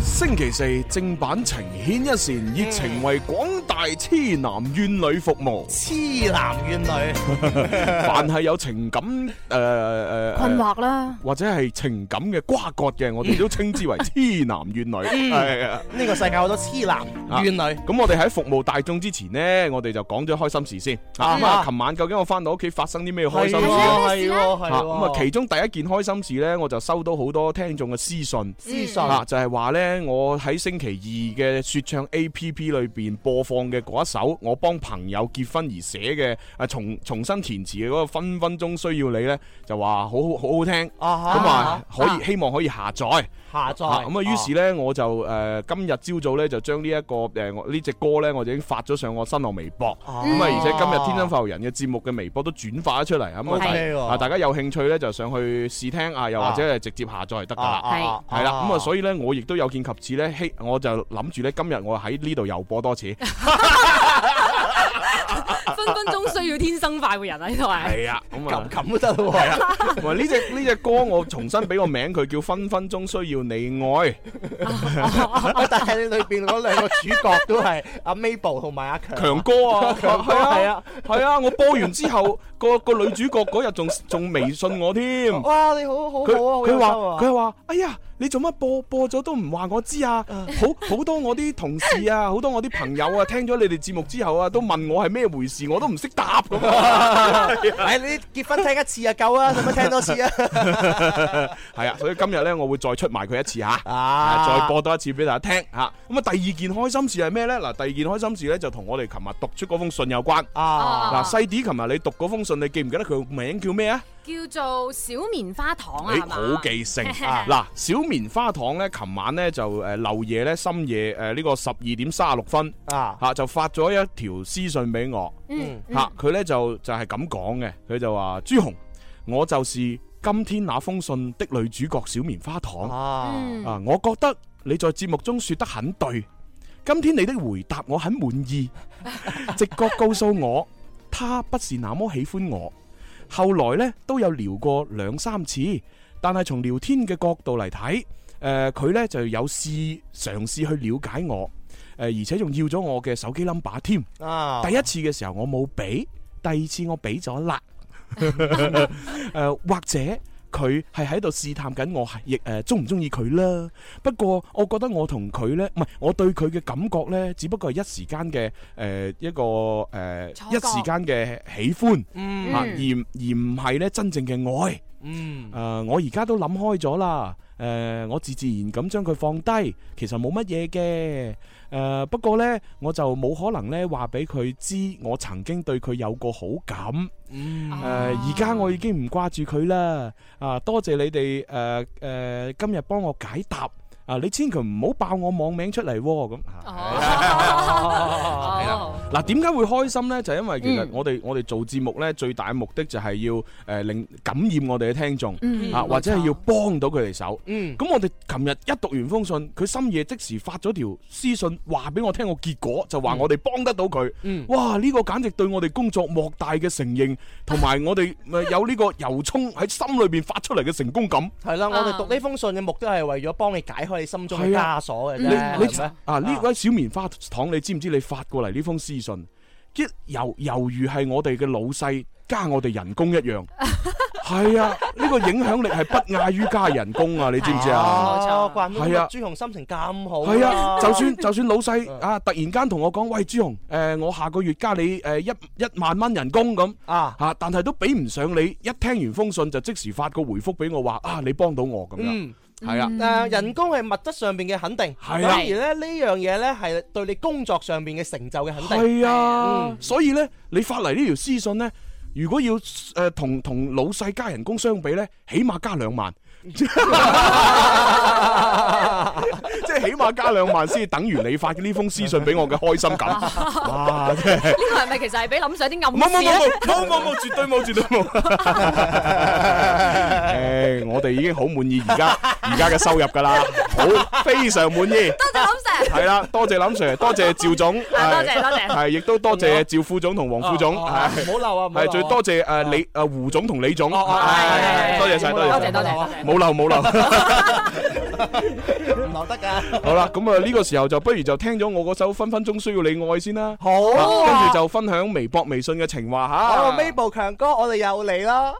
S8: 星期四正版情牽一線，熱情為廣大痴男怨女服務。
S9: 痴男怨女。
S8: 凡係有情感誒誒
S10: 困惑啦。
S8: 或者係情感嘅瓜葛嘅，我哋都稱 之為痴男怨女，
S9: 嗯
S8: 係啊。
S9: 呢個世界好多痴男怨女。
S8: 啊咁我哋喺服務大眾之前呢，我哋就講咗開心事先。啊
S9: 嗯
S8: 咁啊，琴晚究竟我翻到屋企發生啲咩開心事
S9: 係啊
S8: 啊？
S9: 係喎係喎
S8: 啊咁啊，其中第一件開心事呢，我就收到好多聽眾嘅私信，
S9: 私信
S8: 啊，就係話呢，我喺星期二嘅說唱 A P P 裏邊播放嘅嗰一首，我幫朋友結婚而寫嘅，啊重重新填詞嘅嗰個分分鐘需要你呢，就話好好好好聽，咁
S9: 啊
S8: 啊可
S9: 啊
S8: 以希望可以下載。
S9: 下載。
S8: 啊咁啊，於是咧我就誒今日朝早咧就將呢一個誒我呢只歌咧，我就已經發咗上我新浪微博。咁
S9: 哦
S8: 啊，而且今日天生發育人嘅節目嘅微博都轉發咗出嚟。咁
S9: OK 哦喎
S8: 啊，大家有興趣咧就上去試聽啊，又或者係直接下載就得㗎啦。
S9: 啊係啊
S8: 係啦，
S9: 啊
S8: 咁啊，所以咧我亦都有見及此咧，希我就諗住咧今日我喺呢度又播 多次。
S10: 分分鐘需要天生快活人喺度係。
S8: 係啊，咁啊，
S9: 咁都得咯
S8: 係啊，同埋呢只呢只歌我重新俾個名佢叫分分鐘需要你愛。
S9: 喂但係裏邊嗰兩個主角都係阿 Mabel 同埋阿強。
S8: 強哥啊，
S9: 強哥
S8: 係
S9: 係
S8: 啊
S9: 啊，
S8: 係啊，我播完之後， 個個女主角嗰日仲仲微信我添。
S9: 哇，你好好好
S8: 佢
S9: 啊！好
S8: 佢
S9: 有
S8: 話
S9: 心啊
S8: 佢話，哎呀，你做乜播播咗都唔話我知啊？好好多我啲同事啊，好多我啲朋友啊，聽咗你哋節目之後啊，都問我係咩回事，我都唔識答咁啊。
S9: 唉，你結婚聽一次就夠啦，使乜聽多次啊？
S8: 係啊，所以今日咧，我會再出埋佢一次吓，啊再播多一次俾大家聽吓。咁啊，第二件開心事係咩咧？嗱，第二件開心事咧就同我哋琴日讀出嗰封信有關。
S10: 啊
S8: 嗱，細啲，琴日你讀嗰封信，你記唔記得佢個名叫咩啊？
S10: 叫做小棉花糖啊，
S8: 誒
S10: 係嘛
S8: 好記性
S10: 啊
S8: 嗱，小棉花糖咧，琴晚咧就誒漏夜咧，深夜誒呢個十二點三十六分
S9: 啊
S8: 嚇就發咗一條私信俾我，
S22: 嗯
S8: 嚇佢咧就就係咁講嘅，佢就話朱紅，我就是今天那封信的女主角小棉花糖
S9: 啊
S22: 嗯
S8: 啊，我覺得你在節目中說得很對，今天你的回答我很滿 意。直覺告訴我，他不是那麼喜歡我。後來呢，都有聊過兩三次，但係從聊天嘅角度嚟睇，誒、佢呢就有試嘗試去了解我，誒、而且仲要咗我嘅手機 number 添。
S9: 啊
S8: 第一次嘅時候我冇俾，第二次我俾咗啦。 誒、或者佢係喺度試探緊我係亦誒中唔中意佢啦。不過我覺得我同佢呢，唔係我對佢嘅感覺呢，只不過係一時間嘅誒一個誒、呃
S9: 錯
S8: 一
S9: 覺
S8: 時間嘅喜歡，
S9: 嗯
S8: 啊而唔而唔係呢真正嘅愛。
S9: 嗯
S8: 誒、我而家都諗開咗啦。誒、我自自然咁將佢放低，其實冇乜嘢嘅。誒、不過呢，我就冇可能呢話俾佢知，我曾經對佢有過好感。誒、而家我已經唔掛住佢啦。啊，多謝你哋誒誒，今日幫我解答。啊，你千祈唔好爆我網名出嚟喎，咁。係啦嗱，點解會開心呢？就因為其實
S20: 嗯
S8: 我哋我哋做節目呢，最大嘅目的就係要誒令感染我哋嘅聽眾
S20: 嗯
S8: 啊，
S20: 冇錯
S8: 或者係要幫到佢哋手。
S20: 嗯
S8: 咁我哋琴日一讀完封信，佢深夜即時發咗條私信話俾我聽個結果，就
S20: 嗯
S8: 話我哋幫得到佢。哇！呢個簡直對我哋工作莫大嘅承認，同埋我哋咪有呢個由衷喺心裏邊發出嚟嘅成功感。
S9: 係啦，我哋讀呢封信嘅目的係為咗幫你解開你心中嘅枷鎖嘅啫，
S8: 啊你你
S9: 係咪
S8: 啊呢位小棉花糖，你知唔知你發過嚟呢封私信，一猶猶如係我哋嘅老細加我哋人工一 樣。係啊，呢個影響力係不亞於加人工啊！你知唔知啊？
S9: 哦怪唔得
S8: 係啊
S9: 朱紅心情咁好。
S8: 係啊，就算就算老
S9: 嗯
S8: 細啊，突然間同我講，喂朱紅，诶，我下個月加你诶一一万蚊人工咁
S9: 啊
S8: 吓，但係都比唔上你一聽完封信就即時發個回覆俾我話啊，你幫到我咁樣，
S9: 嗯
S8: 係啊。
S9: 誒人工係物質上邊嘅肯定，反
S8: 係啊
S9: 而咧呢樣嘢咧係對你工作上邊嘅成就嘅肯定。
S8: 係啊，
S9: 嗯
S8: 所以咧，你發嚟呢條私信咧，如果要诶同同老細加人工相比咧，起碼加兩萬。 即係起碼加兩萬先等於你發嘅呢封私信俾我嘅開心感，哇！真係
S10: 呢個係咪其實係俾林 Sir 啲
S8: 冇
S10: 暗
S8: 冇
S10: 示啊
S8: 冇
S10: 咧？
S8: 冇冇冇，絕對冇，絕對冇。誒，我哋已經好滿意而家而家嘅收入㗎啦，好非常滿意。係啦， 多謝林 Sir，多謝趙總，
S9: 啊
S8: 係
S9: 多謝多謝
S8: 係亦都多謝趙副總同黃副總，
S9: 哦哦
S8: 係
S9: 唔好鬧啊唔好鬧啊
S8: 係最多謝誒李誒胡總同李總，係多謝晒，多謝晒
S9: 多謝多謝
S8: 冇鬧冇鬧。
S9: 唔留得㗎。
S8: 好啦，咁啊呢個時候就不如就聽咗我嗰首分分鐘需要你愛先啦，
S9: 好啊
S8: 啊跟住就分享微博、微信嘅情話
S9: 好
S8: 吓。
S9: ，Mabel 強哥，我哋又嚟啦。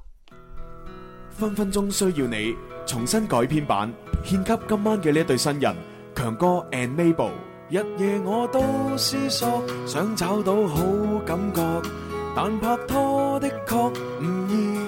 S4: 分分鐘需要你重新改編版，獻給今晚嘅呢一對新人強哥 and Mabel。日夜我都思索，想找到好感覺，但拍拖的確唔易。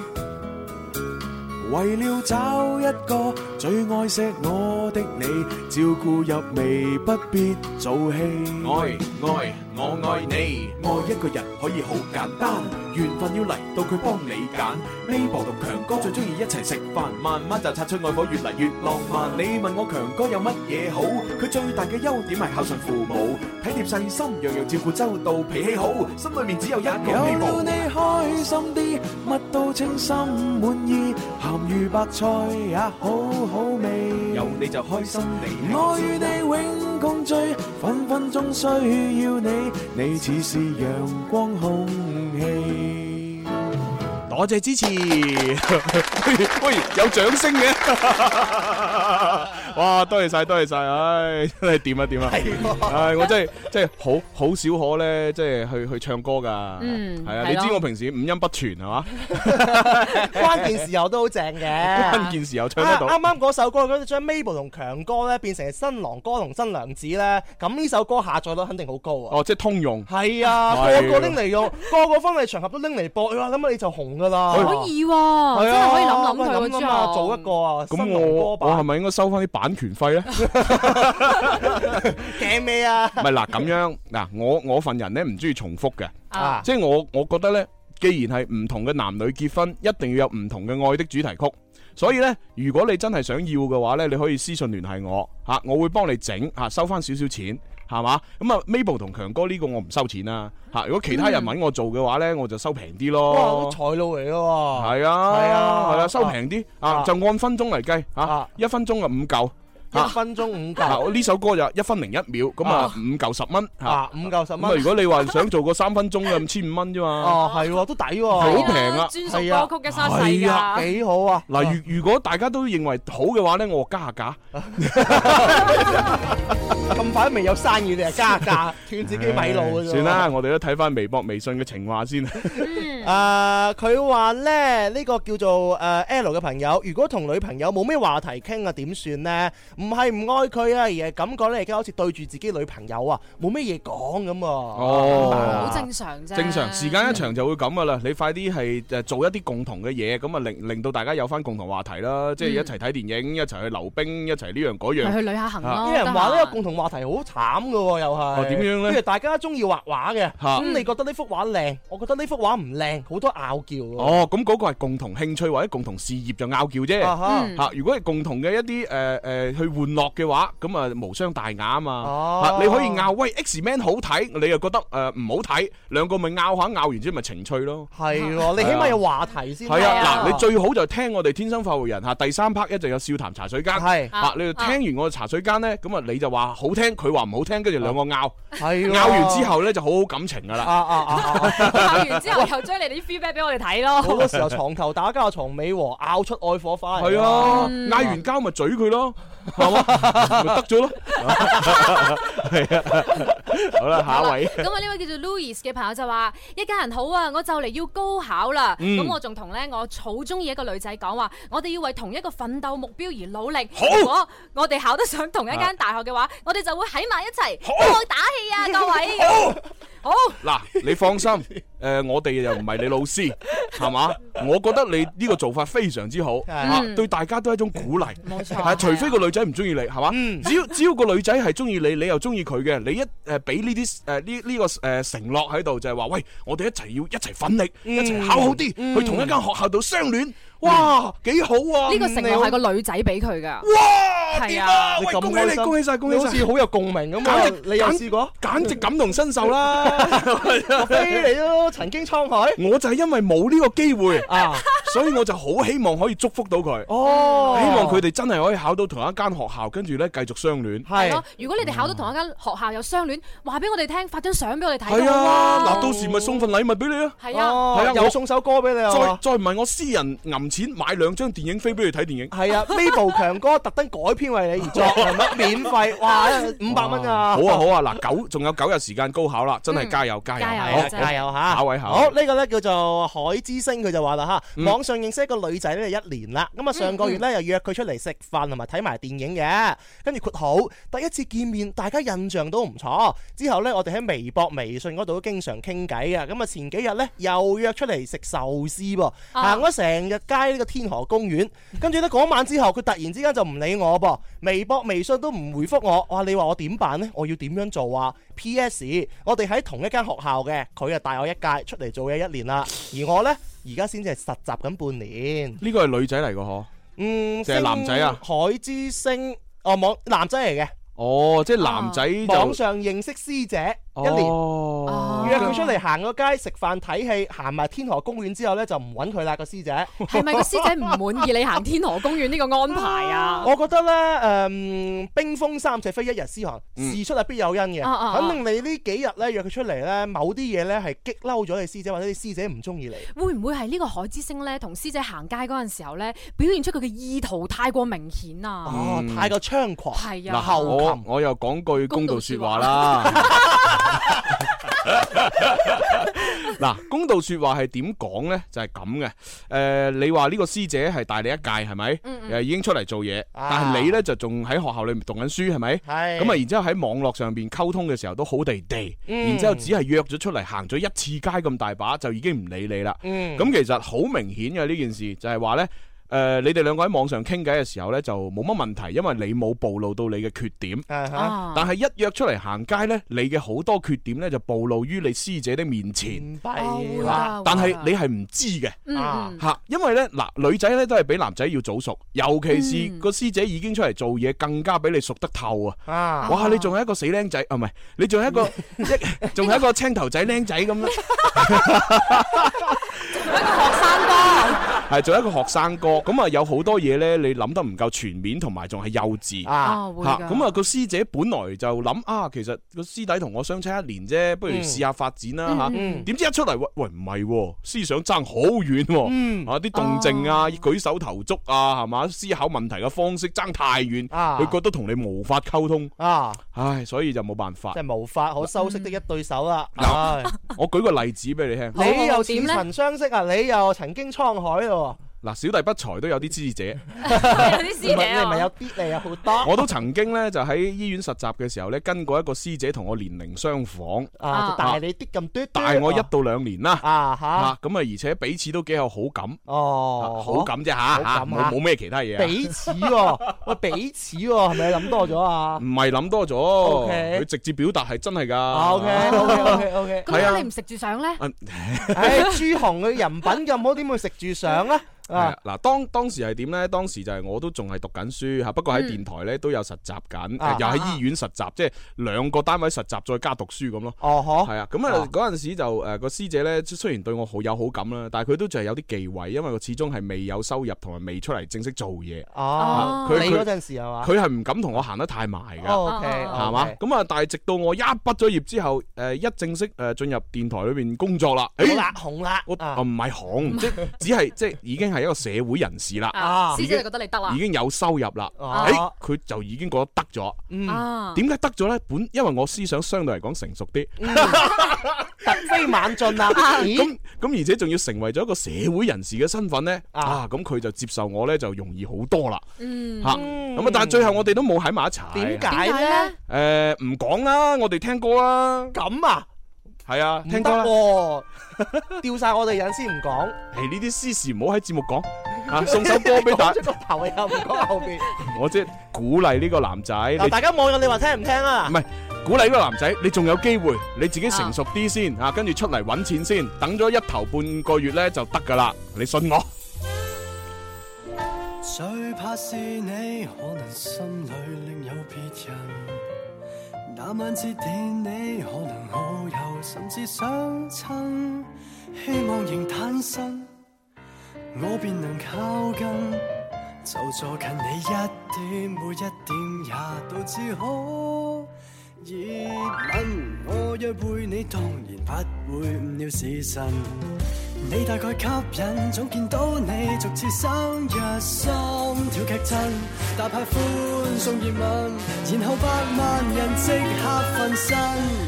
S4: 為了找一個最愛錫我的你，照顧入微，不必做戲。愛愛我愛你，愛一個人可以好簡單，緣分要嚟到佢幫你揀。Mabel 同強哥最中意一齊食飯，慢慢就擦出愛火越嚟越浪漫。你問我強哥有乜嘢好？佢最大嘅優點係孝順父母，體貼細心，樣樣照顧周到，脾氣好，心裏面只有一個 Mabel。你開心啲，乜都清心滿意，鹹魚白菜也好好味。有你就開心你，我與你永共聚，分分鐘需要你，你似是陽光空氣。
S8: 多謝 支持，喂，有掌聲嘅， 哇！多謝晒，多謝晒，唉，真係掂啊掂啊，唉，我真係真係好好少可咧，即係去去唱歌噶，
S9: 嗯
S8: 係啊，
S9: 係
S8: 你
S9: 咯
S8: 知我平時五音不全係嘛，
S9: 關鍵時候都好正嘅。
S8: 關鍵時候唱得
S9: 啊啱
S8: 到，
S9: 啱嗰首歌，佢將 Mabel 同強哥咧變成係新郎哥同新娘子咧，咁呢首歌下載率肯定好高啊！
S8: 哦，即係通用，
S9: 係啊，
S8: 係
S9: 個個拎嚟用，個個婚禮場合都拎嚟播，哇！啊諗下你就紅噶啦，
S10: 可以喎，
S9: 係
S10: 真
S9: 啊
S10: 係可以諗諗佢
S9: 喂
S10: 喎，
S9: 諗
S10: 之
S9: 諗啊
S10: 後
S9: 做一個啊，
S8: 咁
S9: 新郎
S8: 我
S9: 哥
S8: 我係
S9: 版
S8: 咪應該收翻啲版權費咧？
S9: 頸咩 啊？
S8: 唔係嗱咁樣嗱，我我份人咧唔中意重複嘅，
S9: 啊
S8: 即係我我覺得咧，既然係唔同嘅男女結婚，一定要有唔同嘅愛的主題曲。所以咧，如果你真係想要嘅話咧，你可以私信聯繫我嚇、我會幫你整嚇、收翻少少錢。係嘛？咁啊，Mabel 同強哥呢個我唔收錢啦嚇。如果其他人揾我做嘅話咧，我就收平啲
S9: 嗯哇，
S8: 咯。
S9: 財路嚟嘅喎，
S8: 哦係啊，
S9: 係啊
S8: 係啊，收平啲啊，
S9: 啊
S8: 就按分鐘嚟計嚇，一分鐘啊五嚿。
S9: 一分鐘五
S8: 嗱，啊我
S9: 嚿，
S8: 呢首歌就一分零一秒，咁啊
S9: 啊
S8: 五嚿十蚊嚇
S9: 啊。五嚿十
S8: 咁啊，
S9: 蚊
S8: 如。果你話想做個三分鐘嘅，五千五蚊啫嘛。
S9: 哦，係喎，都抵喎，
S8: 好平啊專
S9: 屬
S10: 歌曲嘅
S8: size 㗎
S9: 係啊，幾好啊！
S8: 嗱，如如果大家都認為好嘅話咧，我加下價。
S9: 咁快都未有生意，你就加價，斷自己米路嘅啫。
S8: 算啦，我哋都睇翻微博、微信嘅 情話先。
S9: 誒，嗯啊佢話咧呢個叫做誒 L 嘅朋友，如果同女朋友冇咩話題傾啊，點算呢？唔係唔愛佢啊，而係感覺咧而家好似對住自己女朋友啊，冇咩嘢講咁啊。
S8: 哦
S10: 好正常啫，
S8: 正常時間一長就會咁噶啦，你快啲係誒做一啲共同嘅嘢，咁啊令令到大家有翻共同話題啦，即係
S10: 嗯
S8: 一齊睇電影，一齊去溜冰，一齊呢樣嗰
S10: 咪
S8: 樣。
S10: 去旅下行咯
S8: 啊
S9: 有人話呢個共同話題好慘噶喎，又係。
S8: 哦點樣呢
S9: 譬如大家中意畫畫嘅，
S8: 嚇
S9: 咁
S10: 嗯
S9: 你覺得呢幅畫靚，我覺得呢幅畫唔靚，好多拗撬喎。
S8: 哦，咁嗰個係共同興趣或者共同事業就拗撬啫。
S9: 啊哈嗯
S8: 嚇，如果係共同嘅一啲誒誒去玩樂嘅話，咁啊無傷大雅啊嘛
S9: 哦。
S8: 嚇，你可以拗喂 X Man 好睇，你又覺得誒唔好睇，兩個咪拗下拗完之後咪情趣咯。
S9: 係喎，你起碼有話題先。
S8: 啊係啊，嗱，你最好就聽我哋天生發育人嚇，第三 part 一就有笑談茶水間，
S9: 係
S8: 嚇，你就聽完我嘅茶水間咧，咁啊你就話好聽，佢話唔好聽，跟住兩個拗，
S9: 係喎
S8: 拗完之後咧就好好感情噶啦。
S9: 啊啊
S10: 拍完之後又將你啲 feedback 俾我哋睇咯。
S9: 好多時候床頭打交床尾和，拗出愛火花嚟㗎。
S8: 係啊，
S9: 嗯
S8: 嗌完交咪嘴佢 咯，係嘛，咪得咗咯。係啊，好啦，下一位。
S10: 咁啊，呢位叫做 Louis 嘅朋友就話：一家人好啊，我就嚟要高考啦。
S8: 嗯
S10: 咁、我仲同咧我好中意一個女仔講話，我哋要為同一個奮鬥目標而努力。
S22: 好
S10: 如果我哋考得上同一間大學
S8: 啊
S10: 嘅話，我哋就會喺埋一齊，幫我打氣啊，各位。好，
S8: 嗱，你放心，誒，我哋又唔係你老師，係嘛？我覺得你呢個做法非常之好，啊，
S10: 嗯
S8: 對大家都係一種鼓勵，
S10: 冇錯
S8: 係除非個女仔唔中意你，係嘛？只要只要個女仔係中意你，你又中意佢嘅，你一誒俾呢啲誒呢呢個誒承諾喺度，就係話喂，我哋一齊要一齊奮力，一齊考好啲，
S10: 嗯
S8: 去同一間學校度相戀，哇，幾好啊！
S10: 哦呢個承諾係個女仔俾佢噶。
S8: 哇
S10: 係啊，
S8: 喂，恭喜你，恭喜晒，恭喜晒！
S9: 好似好有共鳴咁啊！你有試過？
S8: 簡啊直感同身受 啦！
S9: 莫非你都曾經滄海？
S8: 我就係因為冇呢個機會
S9: 啊，
S8: 所以我就好希望可以祝福到佢。
S9: 哦
S8: 希望佢哋真係可以考到同一間學校，跟住咧繼續相戀。
S10: 係咯，如果你哋考到同一間學校有相戀，話俾我哋聽，發張相俾我哋睇
S8: 係
S10: 都好
S8: 啊，
S10: 啦。
S8: 嗱，到時咪送份禮物俾你咯。
S10: 係啊哦
S8: 係啊，
S9: 又送首歌俾你啊
S8: 再再唔係我私人揞錢買兩張電影飛俾你睇電影。
S9: 係啊，Mabel 強哥特登改編為你而 作，係咪免費？哇，五百蚊啊！
S8: 好啊好啊，嗱九仲有九日時間高考啦，真係加油加油，
S9: 加油
S8: 好
S9: 加油嚇
S8: 下位下
S9: 好
S8: 位。
S9: 呢個咧叫做海之星，佢就話啦嚇，
S8: 嗯
S9: 網上認識一個女仔咧一年啦，咁啊上個月咧又約佢出嚟食飯同埋睇埋電影嘅，跟住括號第一次見面，大家印象都唔錯。之後咧我哋喺微博、微信嗰度都經常傾偈嘅，咁啊前幾日咧又約出嚟食壽司噃，
S22: 啊
S9: 行咗成日街呢個天河公園，跟住咧嗰晚之後佢突然之間就唔理我噃，微博、微信都唔回覆我，哇你話我點辦呢？我要點樣做啊？P.S. 我哋喺同一間學校嘅，佢啊大我一屆，出嚟做嘢一年啦，而我呢，而家先至係實習緊半年。
S8: 呢個係女仔嚟嘅嗬，
S9: 嗯，
S8: 定係男仔啊
S9: 星海之星哦，網男仔嚟嘅，
S8: 哦，即係男仔就
S9: 網上認識師姐一年，
S10: 啊
S8: 哦
S9: 約佢出嚟行個街食飯睇戲，行埋天河公園之後呢，就唔揾佢啦個師姐。
S10: 係咪個師姐唔滿意你行天河公園呢個安排啊？
S9: 我覺得咧，誒、嗯冰封三尺非一日之寒，
S8: 嗯
S9: 事出係必有因嘅。
S10: 啊啊啊
S9: 肯定你呢幾日咧約佢出嚟咧，某啲嘢咧係激嬲咗你師姐，或者你師姐唔中意你。
S10: 會唔會係呢個海之星咧，同師姐行街嗰陣時候咧，表現出佢嘅意圖太過明顯啊？
S9: 哦，
S8: 嗯
S9: 太過猖狂，
S10: 係
S8: 嗱
S10: 啊，
S8: 我我又講句公道説話啦。 嗱，公道説話係點講呢？就係咁嘅。誒、你話呢個師姐係大你一屆係咪？誒、
S20: 嗯嗯
S8: 已經出嚟做嘢，
S20: 啊
S8: 但係你呢，就仲喺學校裏面讀緊書係咪？
S20: 係
S8: 咁啊，然之後喺網絡上邊溝通嘅時候都好地地，
S20: 嗯
S8: 然之後只係約咗出嚟行咗一次街咁大把，就已經唔理你啦。
S20: 嗯
S8: 咁其實好明顯嘅呢件事就係話呢。誒、你哋兩個喺網上傾偈嘅時候呢，就冇乜問題，因為你冇暴露到你嘅缺點。
S9: 啊
S8: 但係一約出嚟行街呢，你嘅好多缺點呢，就暴露於你師姐的面前。
S3: 啊
S9: 弊
S8: 啦但係你係唔知嘅。
S9: 哦
S8: 啊
S9: 嗯嗯
S8: 嚇，因為呢，嗱，女仔呢都係比男仔要早熟，尤其是個師姐已經出嚟做嘢，更加比你熟得透啊！
S9: 啊
S8: 哇，你仲係一個死僆仔，啊唔係，你仲 係一個一，仲係一個青頭仔僆仔咁啦，係做一個學生哥，咁啊有好多嘢呢，你諗得唔夠全面，同埋仲係幼稚
S9: 啊
S8: 嚇
S9: 會㗎
S8: 咁啊個師姐本來就諗啊，其實個師弟同我相差一年啫，不如試下發展啦
S20: 嗯
S8: 嚇。
S20: 嗯嗯
S8: 點知一出嚟，喂喂唔係喎，思想爭好遠
S20: 嗯
S8: 喎，啊啲動靜啊、舉手投足啊，係嘛？思考問題嘅方式爭太遠，
S9: 啊
S8: 佢覺得同你無法溝通，
S9: 啊，
S8: 唉，所以就冇辦法
S9: 即。係無法可修
S10: 嗯
S9: 飾的一對手啊啦。
S8: 嗱，我舉個例子俾你聽，
S9: 你又似曾相識啊！你又曾經滄海咯
S8: 嗱，小弟不才都有啊啲支持者。
S9: 你咪你咪有必你有好多。
S8: 我都曾經咧就喺醫院實習嘅時候咧，跟過一個師姐同我年齡相仿，
S9: 啊，就大你啲咁多，
S8: 大我一到兩年啦，
S9: 啊吓
S8: 啊咁啊，而且彼此都幾有好感，啊
S9: 哦，
S8: 好感啫吓
S9: 好
S8: 吓，
S9: 感
S8: 冇
S9: 啊
S8: 冇咩其他嘢啊，
S9: 彼此喎，喂，彼此喎，係咪諗多咗啊
S8: 唔係諗多咗，
S9: OK
S8: 佢直接表達係真係噶
S9: ？OK OK OK OK，
S10: 咁解你唔食住相咧？
S9: 啊
S8: 嗯
S9: 唉，朱紅嘅人品咁好，點會食住相 咧？啊，
S8: 嗱，當當時係點呢？當時就係我都仲係讀緊書嚇，不過喺電台呢都有實習緊，
S9: 嗯啊
S8: 誒又喺醫院實習，即係兩個單位實習再加讀書咁咯。
S9: 哦呵，
S8: 係啊，咁啊嗰陣時就誒個師姐呢，雖然對我好有好感啦，但係佢都就係有啲忌諱，因為佢始終係未有收入同埋未出嚟正式做嘢。
S9: 哦
S8: 啊，佢
S9: 你
S8: 佢
S9: 嗰陣時係嘛？
S8: 佢係唔敢同我行得太埋㗎，
S9: 哦，OK，
S8: 係嘛？
S9: OK
S8: 咁啊，但係直到我一畢咗業之後，誒一正式誒進入電台裏邊工作啦，誒
S9: 好啦，紅啦，
S8: 我啊唔係行，即係只係即係已經係一個社會人士啦
S10: 啊，
S8: 已
S10: 師姐
S8: 經
S10: 就覺得你得啦
S8: 已經有收入啦，
S10: 啊
S9: 哦
S8: 誒佢就已經覺得得咗。
S10: 嗯啊
S8: 點解得咗呢？本因為我思想相對嚟講成熟啲，
S9: 突飛猛進 啦，咦
S8: 咁咁而且仲要成為咗一個社會人士嘅身份呢，啊咁佢就接受我呢，就容易好多啦。
S10: 嗯
S8: 吓咁啊！但係最後我哋都冇喺埋一齊，
S9: 點解咧？
S8: 诶，唔講啦，我哋聽歌啦。
S9: 咁啊，
S8: 係啊，
S9: 唔
S8: 聽
S9: 得
S8: 歌啦。
S9: 喎，掉晒我哋癮先唔講。
S8: 诶，呢啲私事唔好喺節目 講啊，送首歌俾大
S9: 講咗個頭又唔講後邊。
S8: 我即係鼓勵呢個男仔。
S9: 嗱，大
S8: 你
S9: 家網友你話聽唔聽啊？
S8: 唔係鼓勵呢個男仔，你仲有機會，你自己成熟啲先啊，跟住出嚟揾錢先，等咗一頭半個月呢就得㗎啦。你信我。
S22: 最怕是你，可能心裏另有別人。那晚節電你，可能好友甚至相親，希望仍單身，我便能靠近，就坐近你一點，每一點也導致可。熱吻，我約會你當然不會誤了時辰。你大概吸引，總見到你逐次生日，心跳劇震，大派歡送熱吻，然後百萬人即刻瞓身。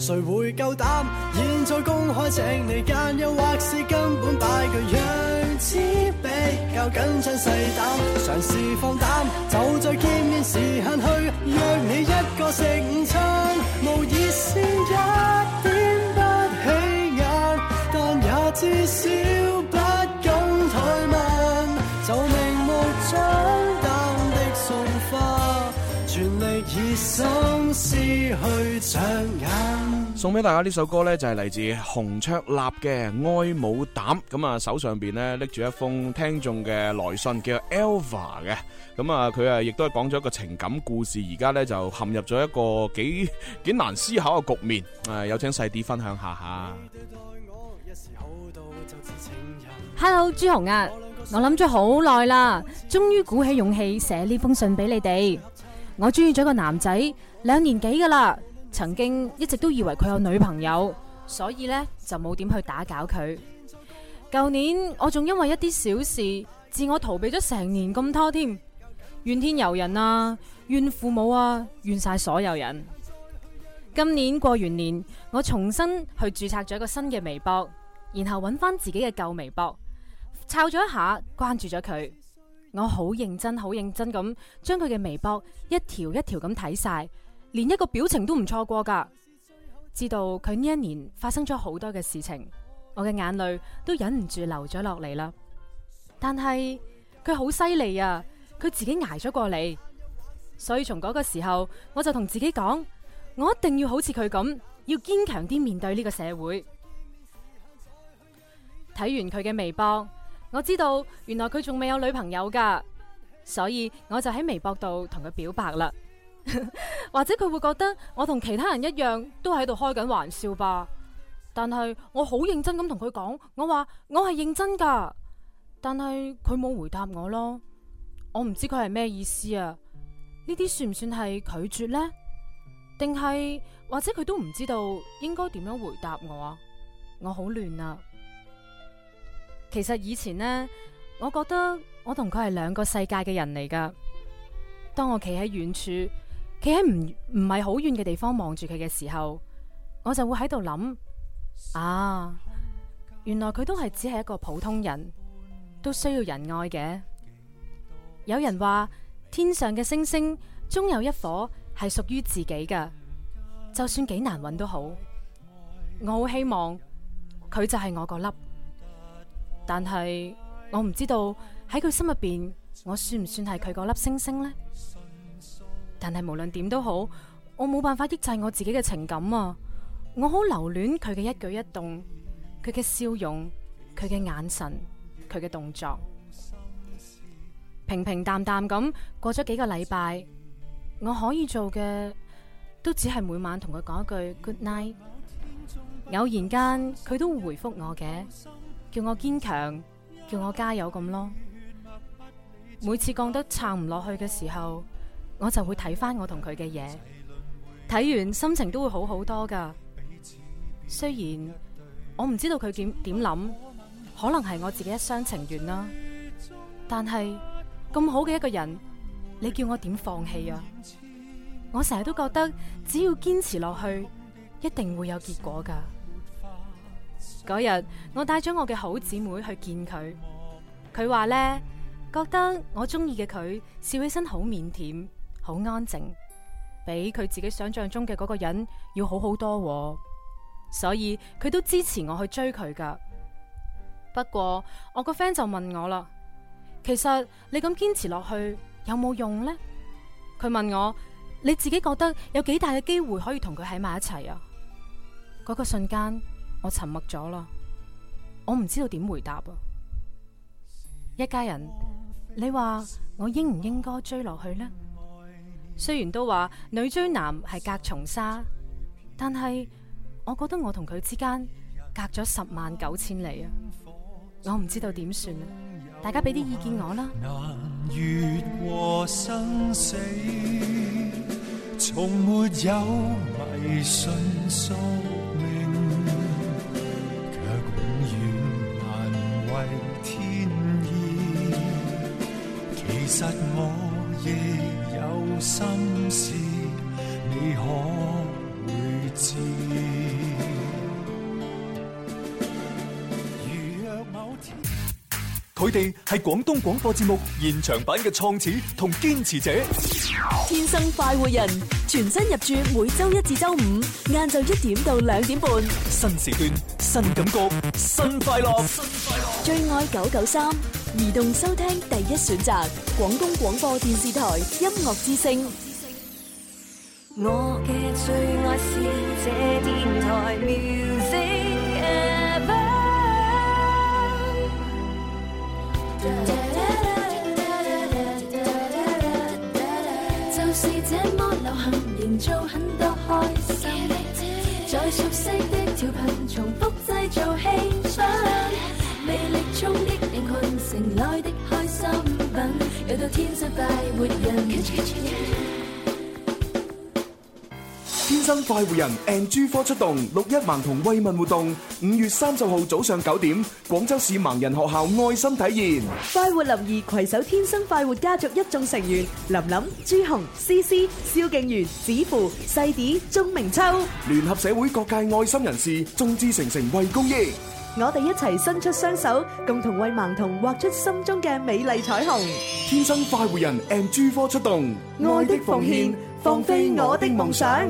S22: 誰會夠膽現在公開請你間，又或是根本擺個樣子比較緊張細膽，嘗試放膽，就在見面時限去約你一個食午餐，無意思一點不起眼，但也至少不敢怠慢，就明目張膽的送花，全力以心思去着眼。
S8: 送俾大家呢首歌呢，就係嚟自洪卓立嘅《愛冇膽》，咁啊手上邊呢，拎住一封聽眾嘅來信，叫 Elva 嘅，咁啊佢啊亦都係講咗一個情感故事，而家呢，就陷入咗一個幾幾難思考嘅局面，誒、有請細啲分享下下。
S10: Hello，朱紅啊，我諗咗好耐啦，終於鼓起勇氣寫呢封信俾你哋。我中意咗個男仔兩年幾噶啦，曾經一直都以為佢有女朋友，所以呢就冇點去打攪佢。舊年我仲因為一啲小事，自我逃避咗成年咁多添，怨天尤人啊，怨父母啊，怨晒所有人。今年過完年，我重新去註冊咗一個新嘅微博，然後揾翻自己嘅舊微博，抄咗一下，關注咗佢。我好認真、好認真咁將佢嘅微博一條一條咁睇晒，連一個表情都唔錯過㗎。知道佢呢一年發生咗好多嘅事情，我嘅眼淚都忍唔住流咗落嚟啦。但係佢好犀利啊！佢自己捱咗過嚟，所以從嗰個時候我就同自己講。我一定要好似佢咁，要堅強啲面對呢個社會。睇完佢嘅微博，我知道原來佢仲未有女朋友噶，所以我就喺微博度同佢表白啦。 或者佢會覺得我同其他人一樣都喺度開緊玩笑吧，但係我好認真咁同佢講，我話我係認真噶，但係佢冇回答我咯，我唔知佢係咩意思啊？呢啲算唔算係拒絕呢？定係或者佢都唔知道應該點樣回答我啊？我好亂啊！其實以前呢，我覺得我同佢係兩個世界嘅人嚟噶。當我企喺遠處，企喺唔唔係好遠嘅地方望住佢嘅時候，我就會喺度諗啊，原來佢都係只係一個普通人，都需要人愛嘅。有人話天上嘅星星，終有一顆係屬於自己嘅，就算幾難揾都好。我好希望佢就係我個粒，但係我唔知道喺佢心入邊，我算唔算係佢個粒星星呢？但係無論點都好，我冇辦法抑制我自己嘅情感啊！我好留戀佢嘅一舉一動，佢嘅笑容，佢嘅眼神，佢嘅動作。平平淡淡咁過咗幾個禮拜，我可以做嘅都只係每晚同佢講一句 good night。偶然間佢都會回覆我嘅，叫我堅強，叫我加油咁咯。每次降得撐唔落去嘅時候，我就會睇翻我同佢嘅嘢，睇完心情都會好好多噶。雖然我唔知道佢點點諗，可能係我自己一廂情願啦。但係咁好嘅一個人，你叫我點放棄啊？我成日都覺得只要堅持落去，一定會有結果噶。嗰日我帶咗我嘅好姊妹去見佢，佢話呢，覺得我中意嘅佢笑起身好腼腆，好安靜，比佢自己想象中嘅嗰個人要好好多喎，所以佢都支持我去追佢噶。不過我個 friend 就問我啦，其實你咁堅持落去有冇用呢？佢問我你自己覺得有幾大嘅機會可以同佢喺埋一齊啊？嗰個瞬間我沉默咗啦，我唔知道點回答啊。一家人，你話我應唔應該追落去呢？雖然都話女追男係隔重紗，但係我覺得我同佢之間隔咗十萬九千里啊！我唔知道點算啊！大家俾啲意見我啦。
S22: 越和生死，從沒有迷信宿命，卻永遠難為天意。其實我亦有心事，你可會知？如若某天。
S23: 佢哋係廣東廣播節目現場版嘅創始同堅持者，
S1: 天生快活人，全新入駐每周一至周五晏晝一點到兩點半，
S23: 新時段、新感覺、新快樂。
S1: 最愛九九三，移動收聽第一選擇，廣東廣播電視台音樂之聲。
S5: 我嘅最愛是這電台 music ever，就是這麼流行，營造很多開心，在熟悉的調頻重複製造氣氛，魅力衝擊人群，城內的開心品，有到天生快活人。
S4: 天生快活人 and G 科出動六一盲童慰問活動，五月三十號早上九點，廣州市盲人學校愛心體現。
S7: 快活林兒携手天生快活家族一眾成員，林林、朱紅、思思、蕭敬元、子父、細啲、鐘明秋，
S4: 聯合社會各界愛心人士，眾志成城為公益。
S7: 我哋一齊伸出雙手，共同為盲童畫出心中嘅美麗彩虹。
S4: 天生快活人 and G 科出動，愛的奉獻，放飛我的夢想。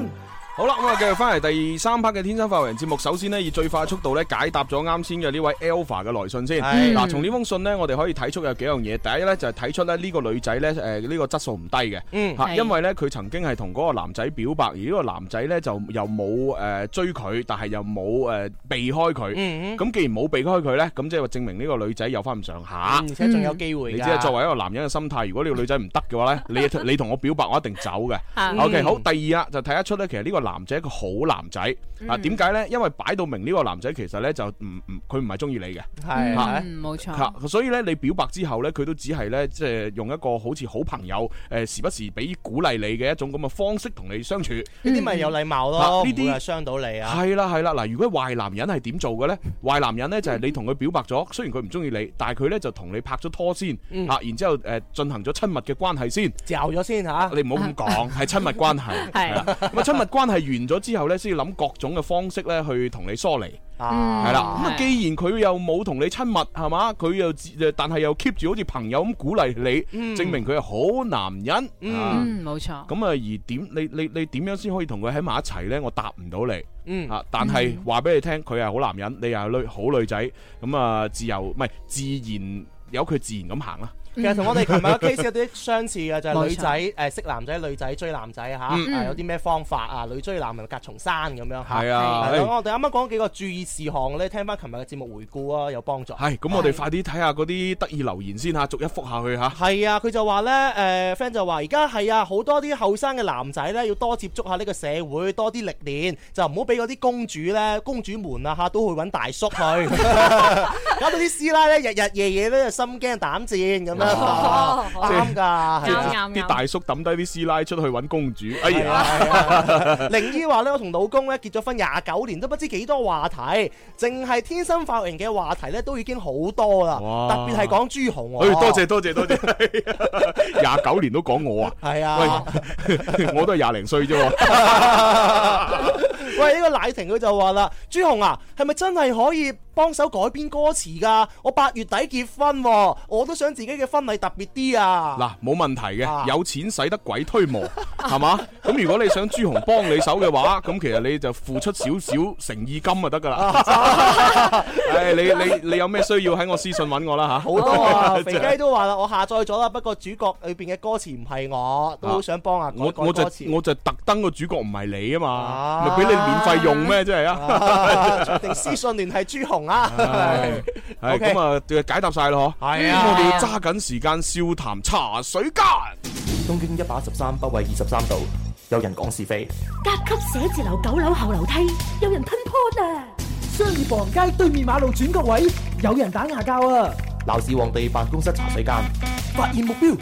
S8: 好啦，咁啊，繼續翻嚟第三 part 嘅天生快活人節目。首先呢，以最快速度咧解答咗啱先嘅呢位 Alpha 嘅來信先。
S20: 係
S8: 嗱，從呢封信呢，我哋可以睇出有幾樣嘢。第一呢，就係睇出咧呢個女仔呢，誒呢個質素唔低嘅。
S20: 嗯
S8: 嚇
S20: 係
S8: 因為呢，佢曾經係同嗰個男仔表白，而呢個男仔呢，就又冇誒追佢，但係又冇誒避開佢。
S9: 嗯
S8: 咁既然冇避開佢呢，咁即係話證明呢個女仔有翻咁上下，
S9: 嗯而且仲有機會㗎
S8: 你知啊，作為一個男人嘅心態，如果呢個女仔唔得嘅話呢，你你同我表白，我一定走嘅。
S20: 嗯
S8: OK，好。第二啊，就睇得出咧，其實呢個男仔係一個好男仔啊。
S20: 嗯
S8: 點解咧？因為擺到明呢個男仔其實咧就唔唔，佢唔係中意你嘅，
S20: 係
S8: 啊
S20: 嗯冇錯
S8: 啊所以咧，你表白之後咧，佢都只係咧，即係用一個好似好朋友誒，時不時俾鼓勵你嘅一種咁嘅方式同你相處。呢
S9: 呢啲咪有禮貌咯，
S8: 呢
S9: 呢啲
S8: 啲
S9: 係傷到你啊。
S8: 係啦係啦，嗱，如果壞男人係點做嘅呢？壞男人呢就係你同佢表白咗，雖然佢唔中意你，但係佢呢就同你拍咗拖先，
S9: 嗯
S8: 吓，然之後誒進
S9: 啊
S8: 行咗親密嘅關係先，嚼咗先吓，你唔好咁講，係親密關係。
S9: 係
S8: 係啦咁啊，親密關係完咗之後咧，先要諗各種嘅方式咧去同你疏離。
S9: 啊
S8: 係啦，咁啊，
S9: 係
S8: 既然佢又冇同你親密，係嘛，佢又自但係又 keep 住好似朋友咁鼓勵你，
S10: 嗯
S8: 證明佢係好男人。啊
S10: 嗯，冇錯。
S8: 咁啊，而點你你你點樣先可以同佢喺埋一齊呢？我答唔到你。
S9: 嗯
S8: 啊，但係話俾你聽，佢係好男人，你又係女好女仔，咁啊自由唔係自然有佢自然咁行啦。
S9: 其實同
S8: 嗯
S9: 我哋琴日嘅 case 有啲相似嘅，就係女
S8: 冇
S9: 仔誒識男仔，女仔追男仔嚇，
S8: 嗯
S9: 誒有啲咩方法啊？女追男咪隔重山咁樣嚇。
S8: 係啊
S9: 係
S8: 係
S9: 咯我哋啱啱講幾個注意事項咧，聽翻琴日嘅節目回顧啊，有幫助。
S8: 係，咁我哋快啲睇下嗰啲得意留言先吓，逐一覆下去吓。
S9: 係啊，佢就話呢，誒、friend 就話而家係啊，好多啲後生嘅男仔呢，要多接觸下呢個社會，多啲歷練，就唔好俾嗰啲公主 呢，公主們啊嚇都去揾大叔 去，搞到啲師奶呢，日日夜夜呢，心驚膽戰咁樣，
S8: 哦
S9: 啱㗎，係啊
S8: 啲大叔抌低啲師奶出去揾公主，哎
S9: 係啊
S8: 呀，
S9: 玲姨話咧，我同老公咧結咗婚廿九年，都不知幾多話題，淨係天生發型嘅話題咧都已經好多啦。
S8: 哇
S9: 特別係講朱紅喎。
S8: 哎，多謝多謝多謝， 廿九年都講我啊，
S9: 係啊，
S8: 喂， 我都係廿零歲啫喎。
S9: 喂，呢、個奶婷佢就話啦，朱紅啊，係咪真係可以幫手改編歌詞㗎？我八月底結婚、喎，我都想自己嘅婚禮特別啲 啊。
S8: 嗱，冇問題
S9: 啊
S8: 嘅，有錢使得鬼推磨，係嘛？咁如果你想朱紅幫你手嘅話，咁其實你就付出少少誠意金就得㗎 啦。誒，你你你有咩需要喺我私信揾我啦嚇。好
S9: 啊好多 啊！
S8: 哦
S9: 肥雞都話啦，我下載咗啦，不過主角裏邊嘅歌詞唔係我，都好想幫啊改
S8: 我
S9: 改
S8: 我就
S9: 歌詞。
S8: 我就特登個主角唔係你啊嘛，咪俾你免費用 咩？真係
S9: 啊
S8: 啊！
S9: 定私信聯繫朱紅啊！
S8: 係係
S9: OK
S8: 咁啊，解答晒咯嗬。
S9: 係啊
S8: 咁我哋要揸緊時間笑談茶水間。
S2: 東京一百一十三北緯二十三度，有人講是非。
S19: 甲級寫字樓九樓後樓梯有人吞 p 啊！
S12: 商業步行街對面馬路轉角位有人打牙交啊！
S2: 鬧市皇帝辦公室茶水間，發現目標。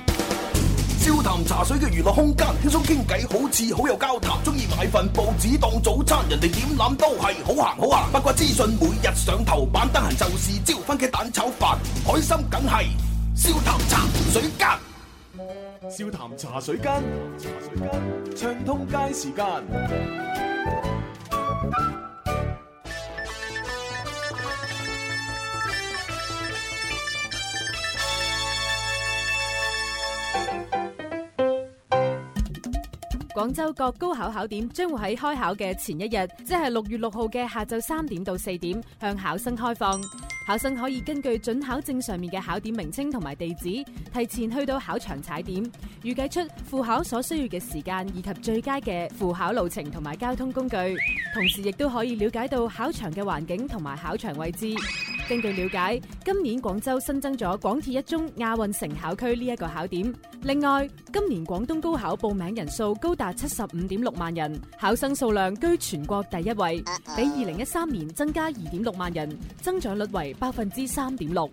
S24: 笑談茶水嘅娛樂空間，輕鬆傾偈好似好有交談。中意買份報紙當早餐，人哋點諗都係好行好行。八卦資訊每日上頭版，得閒就是招番茄蛋炒飯，開心梗係笑談茶水間。
S4: 笑談茶水間，茶水間暢通街時間。
S10: 廣州各高考考點將會喺開考嘅前一日，即係六月六號嘅下晝三點到四點，向考生開放。考生可以根據準考證上面嘅考點名稱同埋地址，提前去到考場踩點，預計出赴考所需要嘅時間以及最佳嘅赴考路程同埋交通工具。同時亦都可以了解到考場嘅環境同埋考場位置。根據了解，今年廣州新增咗廣鐵一中亞運城考區呢一個考點。另外，今年廣東高考報名人數高達七十五點六萬人，考生數量居全國第一位，比二零一三年增加二點六萬人，增長率為百分之三點六。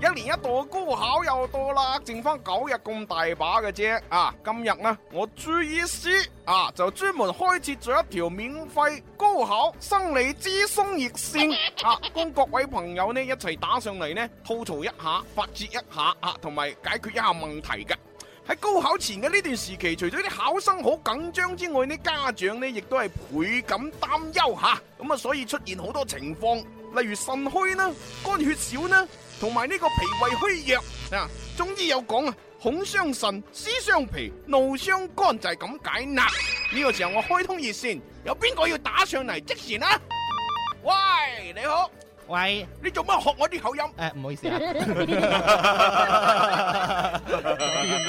S8: 一年一度嘅高考又到啦，剩翻九日咁大把嘅啫啊！今日呢，我 GEC 啊就專門開設咗一條免費高考生理諮詢熱線 啊，供各位朋友呢一齊打上嚟呢，吐槽一下、發泄一下啊，同埋解決一下問題嘅。喺高考前嘅呢段時期，除咗啲考生好緊張之外，呢家長呢亦都係倍感擔憂吓，咁啊，所以出現好多情況，例如腎虛啦、肝血少啦，同埋呢個脾胃虛弱啊。中醫有講啊，恐傷腎，思傷脾，怒傷肝，就係咁解啦。呢、個時候我開通熱線，有邊個要打上嚟即時啦？喂，你 好，
S16: 喂，
S8: 你做乜學我啲口音？
S16: 誒，唔好意思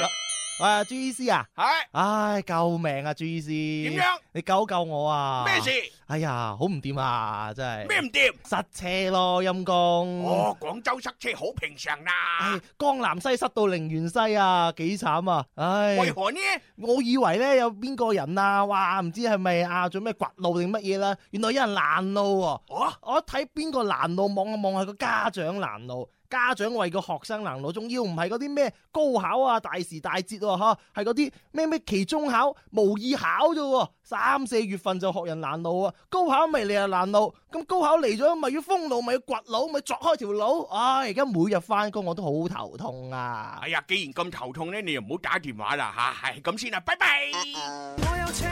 S16: 啊。
S9: 喂，朱醫師啊，
S8: 系，
S9: 唉，救命啊，朱醫師，
S16: 點樣？
S9: 你救救我啊！
S16: 咩事？
S9: 哎呀，好唔掂啊，真係
S16: 咩唔掂？
S9: 塞車咯，陰公。
S16: 哦，廣州塞車好平常啦。
S9: 唉，江南西塞到陵園西啊，幾慘啊！唉，
S16: 為何呢？
S9: 我以為咧有邊個人啊，哇，唔知係咪啊做咩掘路定乜嘢啦？原來有人攔路喎、我一睇邊個攔路，望一望係個家長攔路，家長為個學生能攞，仲要唔係嗰啲咩高考啊、大時大節喎、啊，嚇係嗰啲咩咩期中考、模擬考啫喎、三四月份就學人攔路啊，高考咪嚟啊攔路，咁高考嚟咗咪要封路，咪要掘路，咪鑿開條路，唉、而家每日翻工我都好頭痛啊！
S16: 哎呀，既然咁頭痛咧，你又唔好打電話啦吓，係咁先啦，拜拜。
S4: 我有且，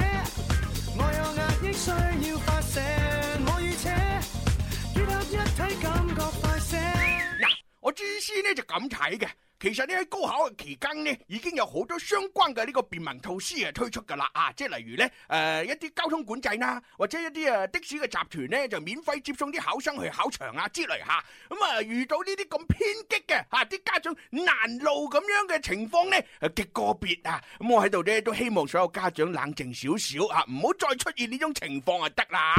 S4: 我有壓抑需要發射，我與且結合一體感覺快些。
S16: 嗱，我知師咧就咁睇嘅。其實呢喺高考嘅期間呢，已經有好多相關嘅呢個便民措施啊推出㗎啦啊，即係例如呢，誒、呃一啲交通管制啦，或者一啲誒的士嘅集團呢，就免費接送啲考生去考場啊之類吓。咁啊、遇到呢啲咁偏激嘅吓，啲、家長難路咁樣嘅情況呢，誒極個別啊。咁我喺度呢，都希望所有家長冷靜少少啊，唔好再出現呢種情況啊得啦。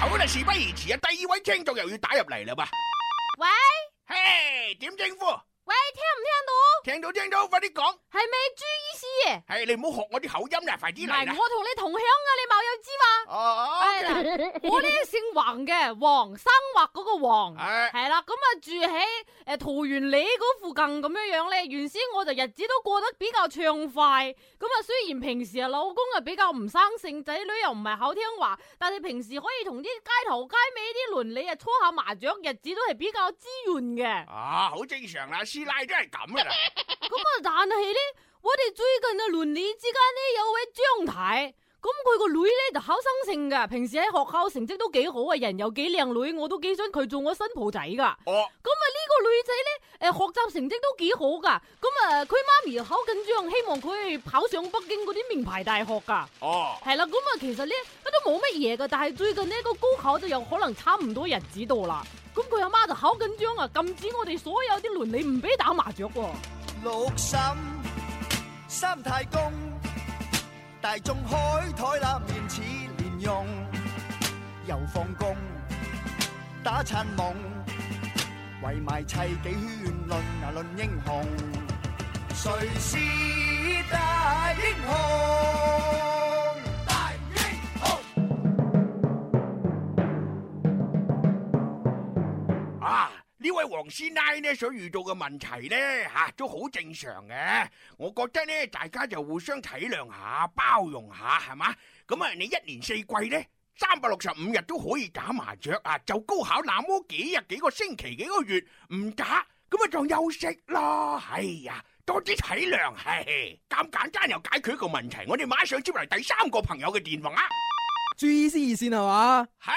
S16: 好啦，事不宜遲啊，第二位聽眾又要打入嚟啦噃。
S11: 喂，
S16: 嘿，點稱呼？
S11: 喂，聽唔聽到？
S16: 聽到聽到，快啲講。
S11: 係咪朱醫師啊？
S16: 系哎你唔好學我啲口音啦，快啲
S11: 唔
S16: 嚟
S11: 係，
S16: 啦！
S11: 我同你同鄉啊，你冇有知嘛？
S16: 哦
S11: 係啦，我呢姓黃嘅，黃生畫嗰個黃，
S16: 哎
S11: 係啦，咁啊住喺诶桃園里嗰附近咁樣樣咧。原先我就日子都過得比較暢快，咁啊雖然平時啊老公啊比較唔生性，仔女又唔係口聽話，但係平時可以同啲街頭街尾啲鄰里啊搓下麻雀，日子都係比較滋潤嘅。
S16: 啊，好正常啦，師奶都係 咁 噶啦。
S11: 咁啊，但係咧，我哋最近啊鄰里之間呢，有位張太，咁佢個女咧就考生性噶，平時喺學校成績都幾好啊，人又幾靚女，我都幾想佢做我新抱仔噶。
S16: 哦，
S11: 咁啊呢個女仔咧，诶學習成績都幾好噶，咁啊佢媽咪好緊張，希望佢考上北京嗰啲名牌大學噶。
S16: 哦，
S11: 係啦，咁啊，其實咧都冇乜嘢噶，但係最近呢個高考就有可能差唔多日子到啦。咁佢阿媽就好緊張啊，禁止我哋所有啲鄰里唔俾打麻雀喎。
S4: 六心三太公，大眾開台啦，面似蓮蓉，又放工打餐夢，圍埋砌幾圈論啊論英雄，誰是大英雄？大英雄。
S16: 啊，呢位黃師奶呢所遇到嘅問題呢，吓、都好正常嘅。我覺得呢，大家就互相體諒下、包容下，係嘛？咁啊，你一年四季呢，三百六十五日都可以打麻雀啊，就高考那麼幾日、幾個星期、幾個月唔打，咁咪當休息咯。哎呀，多啲體諒，係咁簡單又解決一個問題。我哋馬上接嚟第三個朋友嘅電話。
S25: 朱醫師熱線係嘛？
S16: 係，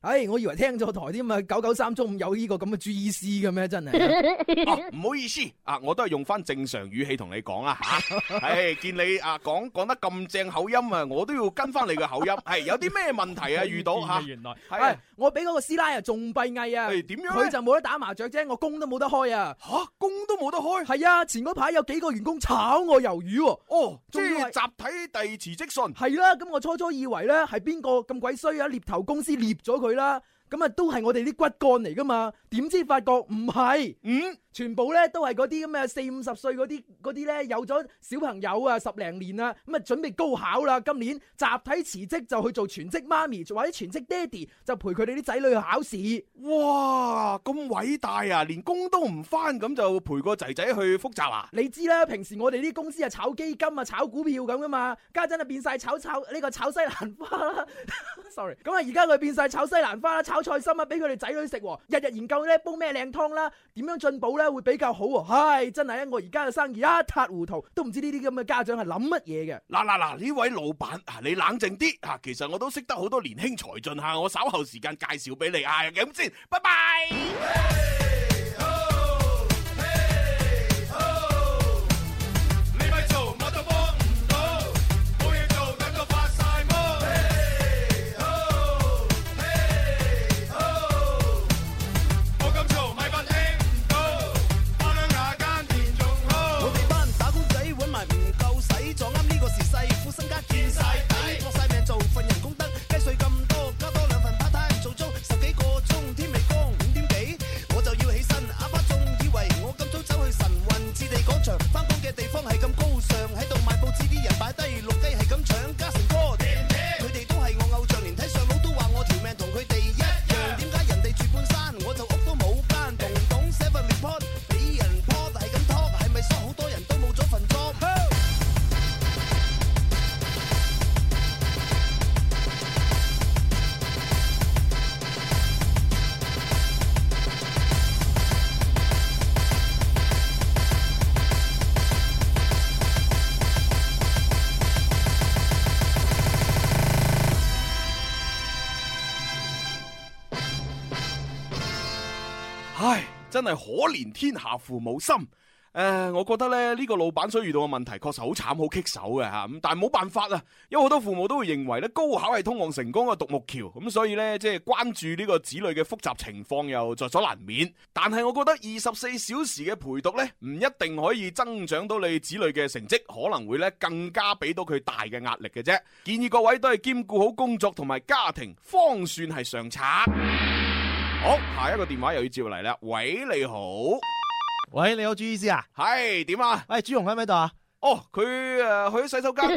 S25: 唉，我以為聽咗台添啊！九九三中午有呢個咁嘅朱醫師嘅咩？真
S8: 啊
S25: 係
S16: 哦，唔好意思，啊，我都係用翻正常語氣同你講 啊吓。唉，見你啊講講得咁正口音啊，我都要跟翻你嘅 口音。 係有啲咩問題啊？遇 到吓，
S25: 原
S16: 來
S25: 係啊我俾嗰個師奶啊，仲閉翳啊！點
S16: 樣
S25: 佢就冇得打麻雀啫，我工都冇得開啊！
S16: 吓，工都冇得開？
S25: 係啊，前嗰排有幾個員工炒我魷魚喎。
S16: 哦，
S25: 仲要係
S16: 集體遞辭職信。
S25: 係啦，咁我初初以為咧係邊個咁鬼衰啊？獵頭公司獵咗佢啦。咁啊，都係我哋啲骨幹嚟噶嘛？點知發覺唔係，
S16: 嗯，
S25: 全部咧都係嗰啲咁嘅四五十歲嗰啲嗰啲咧，有咗小朋友啊，十零年啊，咁啊準備高考啦，今年集體辭職就去做全職媽咪，或者全職爹哋，就陪佢哋啲仔女去考試。
S16: 哇，咁偉大啊！連工都唔翻，咁就陪個仔仔去復習啊？
S25: 你知啦，平時我哋啲公司啊炒基金啊、炒股票咁噶嘛，家陣啊變晒炒炒呢、個炒西蘭花啦，sorry，咁啊而家佢變晒炒西蘭花啦、炒菜心啊，俾佢哋仔女食喎，日日研究咧煲咩靚湯啦，點樣進補咧會比較好喎、唉，真係啊，我而家嘅生意一塌糊塗，都唔知呢啲咁嘅家長係諗乜嘢嘅。
S16: 嗱嗱嗱！呢位老闆啊，你冷靜啲啊！其實我都識得好多年輕才俊吓，我稍後時間介紹俾你啊。咁先，拜拜。
S4: 你咪做，我都幫唔到，冇嘢做，等到發晒毛。Hey ho，Hey ho，我咁做咪扮聽唔到，翻鄉下耕田仲好。
S26: 我哋班打工仔揾埋唔夠使，撞啱呢個時勢，副身家見晒底，搏晒命做份人工得雞碎咁多，加多兩份 part time 做足十幾個鐘，天未光五點幾，我就要
S8: 真係可憐天下父母心。誒、我覺得咧呢、呢個老闆所遇到嘅問題確實好慘、好棘手嘅嚇，咁但係冇辦法啊，因為好多父母都會認為咧高考係通往成功嘅獨木橋，咁所以咧即係關注呢個子女嘅複雜情況又在所難免。但係我覺得二十四小時嘅陪讀咧，唔一定可以增長到你子女嘅成績，可能會咧更加俾到佢大嘅壓力嘅啫。建議各位都係兼顧好工作同埋家庭，方算係上策。好，下一個電話又要接嚟啦，喂，你好。
S9: 喂，你好，朱醫師啊？
S8: 系點啊？
S9: 喂，朱紅喺唔喺度啊？
S8: 哦，佢诶去咗洗手間
S9: 係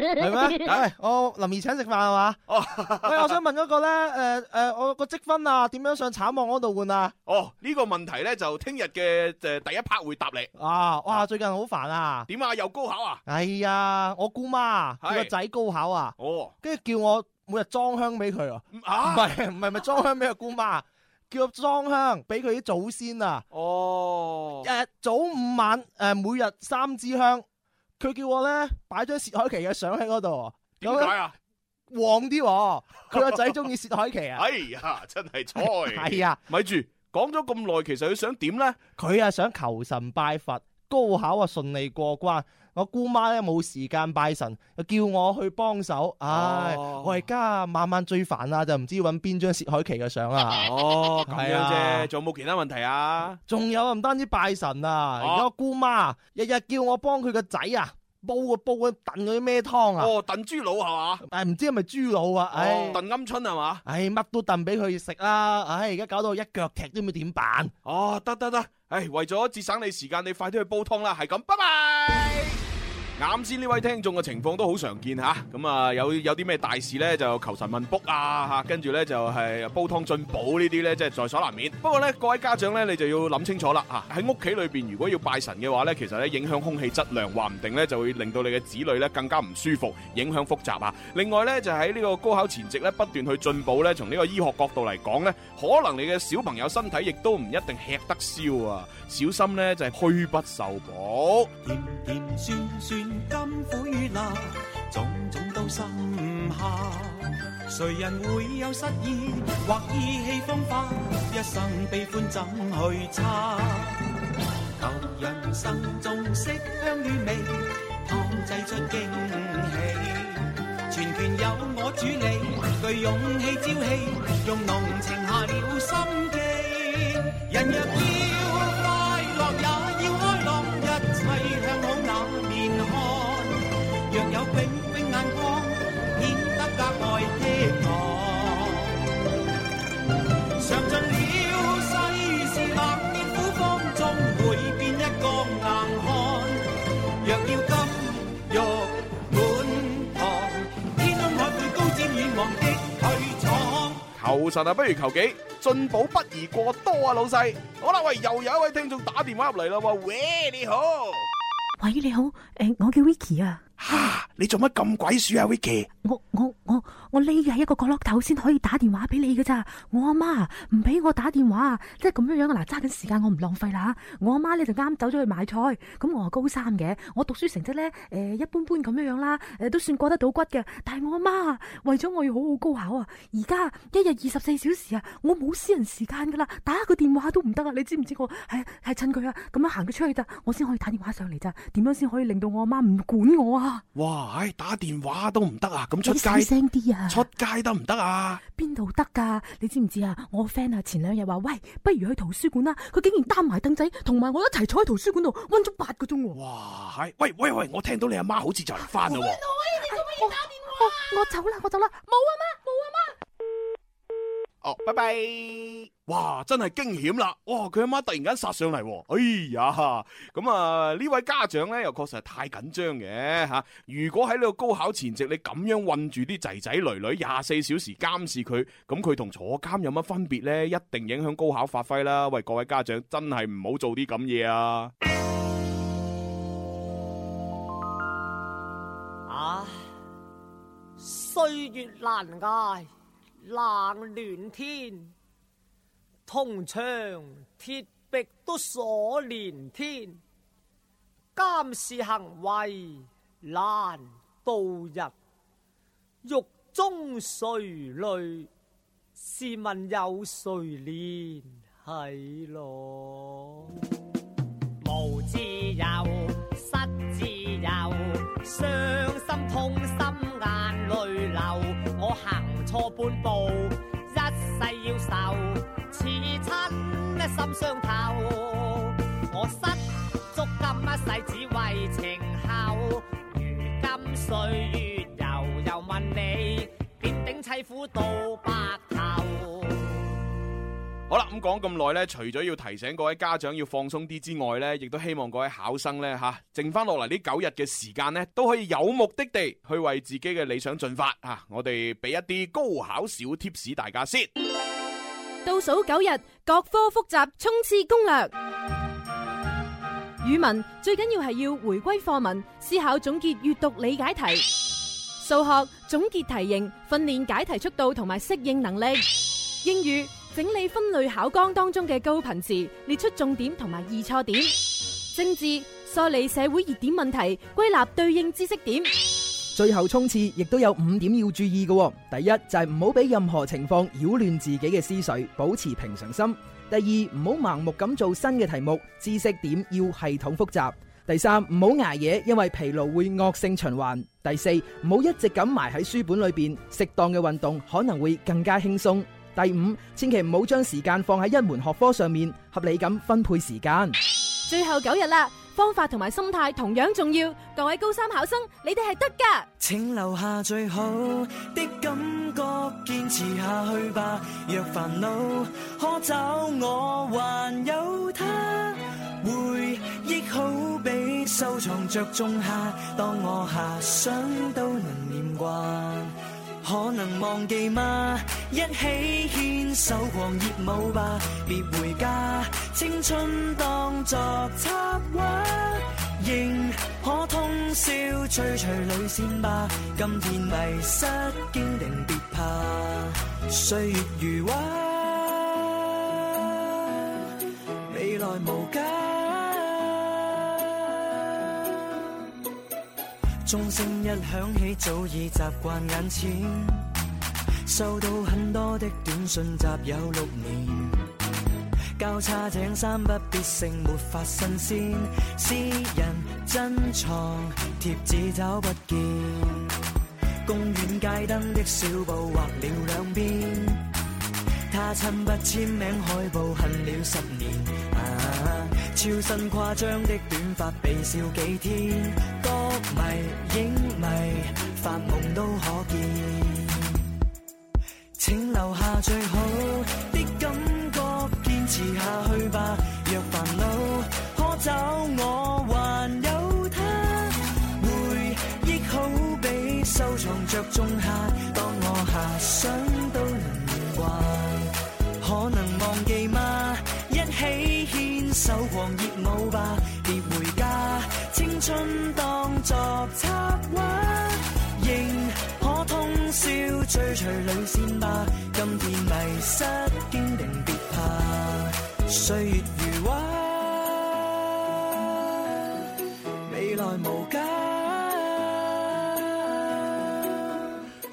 S9: 咩？
S8: 啊
S9: 喂，我林怡請食飯係嘛？
S8: 哦，
S9: 喂，我想問嗰個咧，诶诶，誒我個積分啊，點樣上橙網嗰度換啊？
S8: 哦，呢、個問題呢，就聽日嘅诶第一 part 會答你。
S9: 啊，哇，最近好煩啊！
S8: 點啊？又高考啊？
S9: 哎呀，我姑媽
S8: 係
S9: 佢個仔高考啊，
S8: 哦，
S9: 跟住叫我每日裝香俾佢啊，
S8: 啊
S9: 唔係唔係咪裝香俾個姑媽， 叫我裝香俾佢啲祖先啊，
S8: 哦，
S9: 誒早午晚誒每日三支香，佢叫我咧擺張薛凱琪嘅相喺嗰度，
S8: 點解啊？
S9: 咁樣？旺啲喎，佢個仔中意薛凱琪啊，
S8: 哎呀，真係 菜。
S9: 係啊，
S8: 咪住講咗咁耐，其實佢想點呢？
S9: 佢啊想求神拜佛，高考啊順利過關。我姑媽咧冇時間拜神，又叫我去幫手。唉，
S8: 哦
S9: 我而家晚晚最煩啦，就唔知揾邊張薛凱琪嘅相啦。
S8: 哦，咁
S9: 啊係
S8: 樣
S9: 啊
S8: 啫，仲有冇其他問題啊？
S9: 仲有啊，唔單止拜神啊，
S8: 哦
S9: 而家我姑媽日日叫我幫佢個仔啊煲個煲嗰燉嗰啲咩湯啊，
S8: 哦，燉豬腦係嘛？
S9: 唉唔知係咪豬腦啊？唉
S8: 哦，燉鵪鶉係嘛？
S9: 唉乜都燉俾佢食啦，唉而家搞到我一腳踢都唔知點辦。
S8: 哦，得得得，唉，為咗節省你時間，你快啲去煲湯啦，係咁，拜拜。啱先呢位聽眾嘅情況都好常見吓，咁啊有有啲咩大事呢？就求神問卜啊吓，跟住呢就係啊煲湯進補呢啲呢，即係在所難免。不過呢，各位家長呢，你就要諗清楚啦吓，喺屋企裏邊如果要拜神嘅話呢，其實呢影響空氣質量，話唔定呢就會令到你嘅子女呢更加唔舒服，影響複雜啊。另外呢，就喺呢個高考前夕呢，不斷去進補呢，從呢個醫學角度嚟講呢，可能你嘅小朋友身體亦都唔一定吃得消啊，小心呢，就係虛不受補。
S4: 甜酸酸甘苦與辣，種種都心下。誰人會有失意或意氣風發？一生悲歡怎去猜？求人生中色香與味，烹製出驚喜。全權由我主理，具勇氣朝氣，用濃情下了心機。人若要快樂，也要開朗，一切向好那面看。若有永永眼光，顯得格外倜傥。嘗盡了世事百面苦方，終會變一個硬漢。若要金玉滿堂，天空海闊高瞻遠望的去闖。
S8: 求神啊，不如求己，進步不宜過多啊，老細。好啦，喂，又有一位聽眾打電話入嚟啦，話喂，你好，
S19: 喂，你好，诶、我叫 Vicky 啊，
S16: 你做乜咁鬼鼠啊，Vicky？
S19: 我我我我匿喺一個角落頭先可以打電話俾你噶咋，我阿媽啊唔俾我打電話啊，即係咁樣樣啊，嗱，揸緊時間我唔浪費啦吓，我阿媽咧就啱走咗去買菜，咁我係啊高三嘅，我讀書成績咧诶、誒一般般咁樣樣啦，诶、都算過得到骨嘅，但係我阿媽啊為咗我要好好高考啊，而家一日二十四小時啊，我冇私人時間噶啦，打個電話都唔得啊，你知唔知我係係趁佢啊咁樣行咗出去咋，我先可以打電話上嚟咋，點樣先可以令到我阿媽唔管我啊？
S16: 哇，唉，打電話都唔得啊，咁出
S19: 你細
S16: 街
S19: 聲啲啊！
S16: 出街得唔得啊？
S19: 邊度得㗎？你知唔知啊？我 friend 啊，前兩日話喂，不如去圖書館啦。佢竟然擔埋凳仔，同埋我一齊坐喺圖書館度温咗八個鐘喎。
S16: 哇，唉，喂喂喂，我聽到你阿媽好似就嚟翻啦喎。
S19: 我我走啦，我走啦，冇啊媽，冇啊媽。
S8: 哦，拜拜。哇，真係驚險啦！哇，佢阿媽突然間殺上嚟喎，哎呀，咁啊呢位家長呢又確實係太緊張嘅吓。如果喺呢個高考前夕你咁樣困住啲仔仔女女廿四小時監視佢，咁佢同坐監有乜分別呢？一定影響高考發揮啦！喂，各位家長真係唔好做啲咁嘢啊！
S13: 唉，歲月難捱，冷暖天，銅牆鐵壁都鎖連天，監視行為難度日，獄中誰淚？試問有誰憐係咯。無自由，失自由，傷心痛心眼淚流。我行錯半步，一世要受，似親心傷透。我失足今一世只為情後，如今歲月悠悠問你，點頂凄苦到白頭？
S8: 好啦，咁講咁耐呢，除咗要提醒各位家長要放鬆啲之外呢，亦都希望各位考生呢，吓，剩翻落嚟呢九日嘅時間呢，都可以有目的地去為自己嘅理想進發啊！我哋俾一啲高考小貼士大家先。
S10: 倒數九日，各科複習衝刺攻略。語文最緊要係要回歸課文，思考總結閱讀理解題。數學總結題型，訓練解題速度同埋適應能力。英語整理分類考綱當中嘅高頻詞，列出重點同埋易錯點。政治梳理社會熱點問題，歸納對應知識點。
S25: 最後衝刺亦都有五點要注意嘅喎、第一就係唔好俾任何情況擾亂自己嘅思緒，保持平常心；第二唔好盲目咁做新嘅題目，知識點要系統複習；第三唔好捱夜，因為疲勞會惡性循環；第四唔好一直咁埋喺書本裏邊，適當嘅運動可能會更加輕鬆；第五千祈唔好將時間放喺一門學科上面，合理咁分配時間。
S10: 最後九日啦，方法同埋心態同樣重要。各位高三考生，你哋係得㗎。
S3: 請留下最好的感覺，堅持下去吧。若煩惱可找我，還有他。回憶好比收藏着種下，當我遐想都能念掛。可能忘記嗎？一起牽手狂熱舞吧，別回家，青春當作插畫，仍可通宵追隨淚線吧。今天迷失堅定，別怕，歲月如畫，未來無家。鐘聲一響起，早已習慣眼前。收到很多的短信，集有六年。交叉井三不必勝，沒法新鮮。私人珍藏貼紙找不見。公園街燈的小步劃了兩邊。他親筆簽名海報恨了十年。啊，超新誇張的短髮被笑幾天。迷影迷，發夢都可見。請留下最好的感覺，堅持下去吧。若煩惱可找我，還有他。回憶好比收藏着種下，當我遐想都能念掛。可能忘記嗎？一起牽手狂熱舞吧，別回家。青春當作插畫，仍可通宵追隨淚線吧。今天迷失堅定，別怕，歲月如畫，未來無家。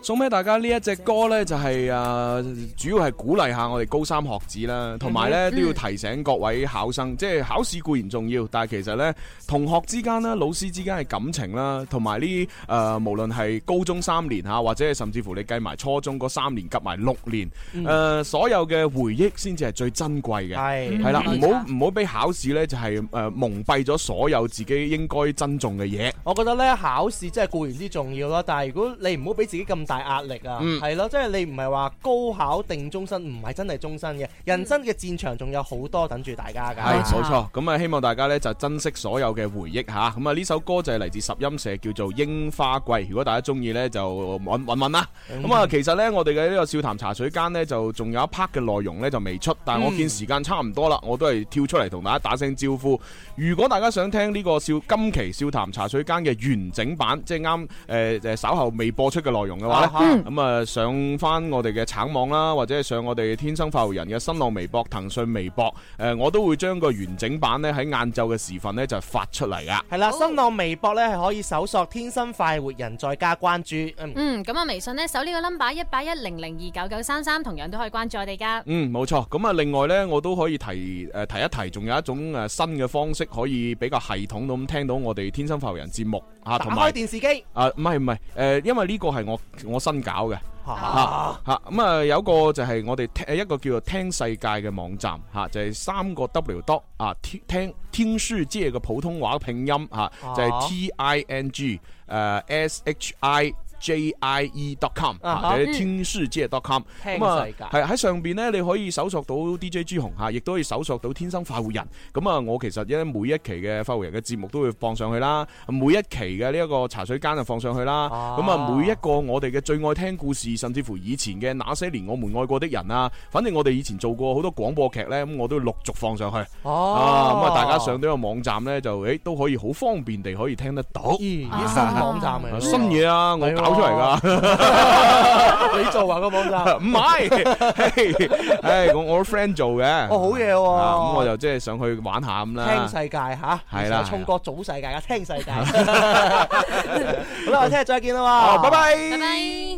S8: 送俾大家呢一隻歌呢，就係、啊主要係鼓勵下我哋高三學子啦，同埋呢
S20: 嗯
S8: 都要提醒各位考生，即係考試固然重要，但係其實呢，同學之間啦、老師之間嘅感情啦，同埋呢誒，呃無論係高中三年嚇，或者係甚至乎你計埋初中嗰三年，夾埋六年，誒、
S20: 嗯
S8: 所有嘅回憶先至係最珍貴嘅，
S9: 係
S8: 係啦，
S9: 嗯
S8: 唔好唔好俾考試呢，就係誒蒙蔽咗所有自己應該珍重嘅嘢。
S9: 我覺得咧考試真係固然之重要啦，但係如果你唔好俾自己咁大壓力啊，
S8: 嗯
S9: 係咯、即係你唔係話高考定終身，唔係真係終身嘅，人生嘅戰場仲有好多等住大家㗎。
S8: 係冇錯，咁啊希望大家呢就珍惜所有嘅回憶吓，咁啊呢首歌就係嚟自十音社叫做《櫻花季》，如果大家中意呢，就揾揾揾啦。咁啊其實呢，我哋嘅呢個笑談茶水間呢，就仲有一 part 嘅內容呢就未出，但係我
S20: 嗯
S8: 見時間差唔多啦，我都係跳出嚟同大家打聲招呼。如果大家想聽呢個笑今期笑談茶水間嘅完整版，即係啱誒誒稍後未播出嘅內容嘅話話咧，
S22: 嗯
S8: 咁啊上翻我哋嘅橙網啦，或者係上我哋天生發育人嘅新浪微博、騰訊微博，誒我都會將個完整版咧喺晏晝嘅時分咧就發出嚟噶。
S9: 係啦，新浪微博咧係可以搜索天生快活人，再加關注。嗯
S10: 嗯，咁啊，微信呢，搜呢個 number 一八一零零二九九三三，同樣都可以關注我哋噶。
S8: 嗯，冇錯。咁啊，另外呢，我都可以提誒、呃提一提，仲有一種誒、呃新嘅方式，可以比較系統咁聽到我哋天生發育人節目啊，
S9: 打
S8: 同
S9: 開
S8: 埋
S9: 電視機。
S8: 啊，唔係唔係誒，因為呢個係我我新搞嘅。
S9: 啊
S8: 嚇咁啊，有一個就係我哋聽一個叫做聽世界嘅網站嚇，就係三個 W dot 啊，聽聽聽書即係個普通話拼音嚇，
S9: 哦
S8: 就係 T I N G 誒 S H I。J I E dot com
S9: 啊
S8: 啊，
S9: 哈
S8: 或者天書即係 dot com，
S9: 聽
S8: 咁啊
S9: 世界
S8: 係喺上邊咧，你可以搜索到 DJ 朱紅嚇，亦都可以搜索到天生快活人。咁啊，我其實咧每一期嘅快活人嘅節目都會放上去啦，每一期嘅呢一個茶水間就放上去啦。咁啊，每一個我哋嘅最愛聽故事，甚至乎以前嘅那些年我們愛過的人啊，反正我哋以前做過好多廣播劇咧，咁我都陸續放上去。
S9: 哦
S8: 啊咁啊，大家上到個網站咧，就誒都可以好方便地可以聽得到。咦
S9: 啲新網站嚟㗎
S8: 新嘢啊，我搞出嚟㗎。
S9: 你做啊個網站？
S8: 唔 係，唉，我我 friend 做嘅。
S9: 哦好嘢喎
S8: 啊咁我就即係上去玩下咁啦。
S9: 聽世界吓，
S8: 係啦
S9: 冲過早世 界嘅聽世界。好啦，我哋聽日再見啦喎，
S8: 好拜拜
S10: 拜拜。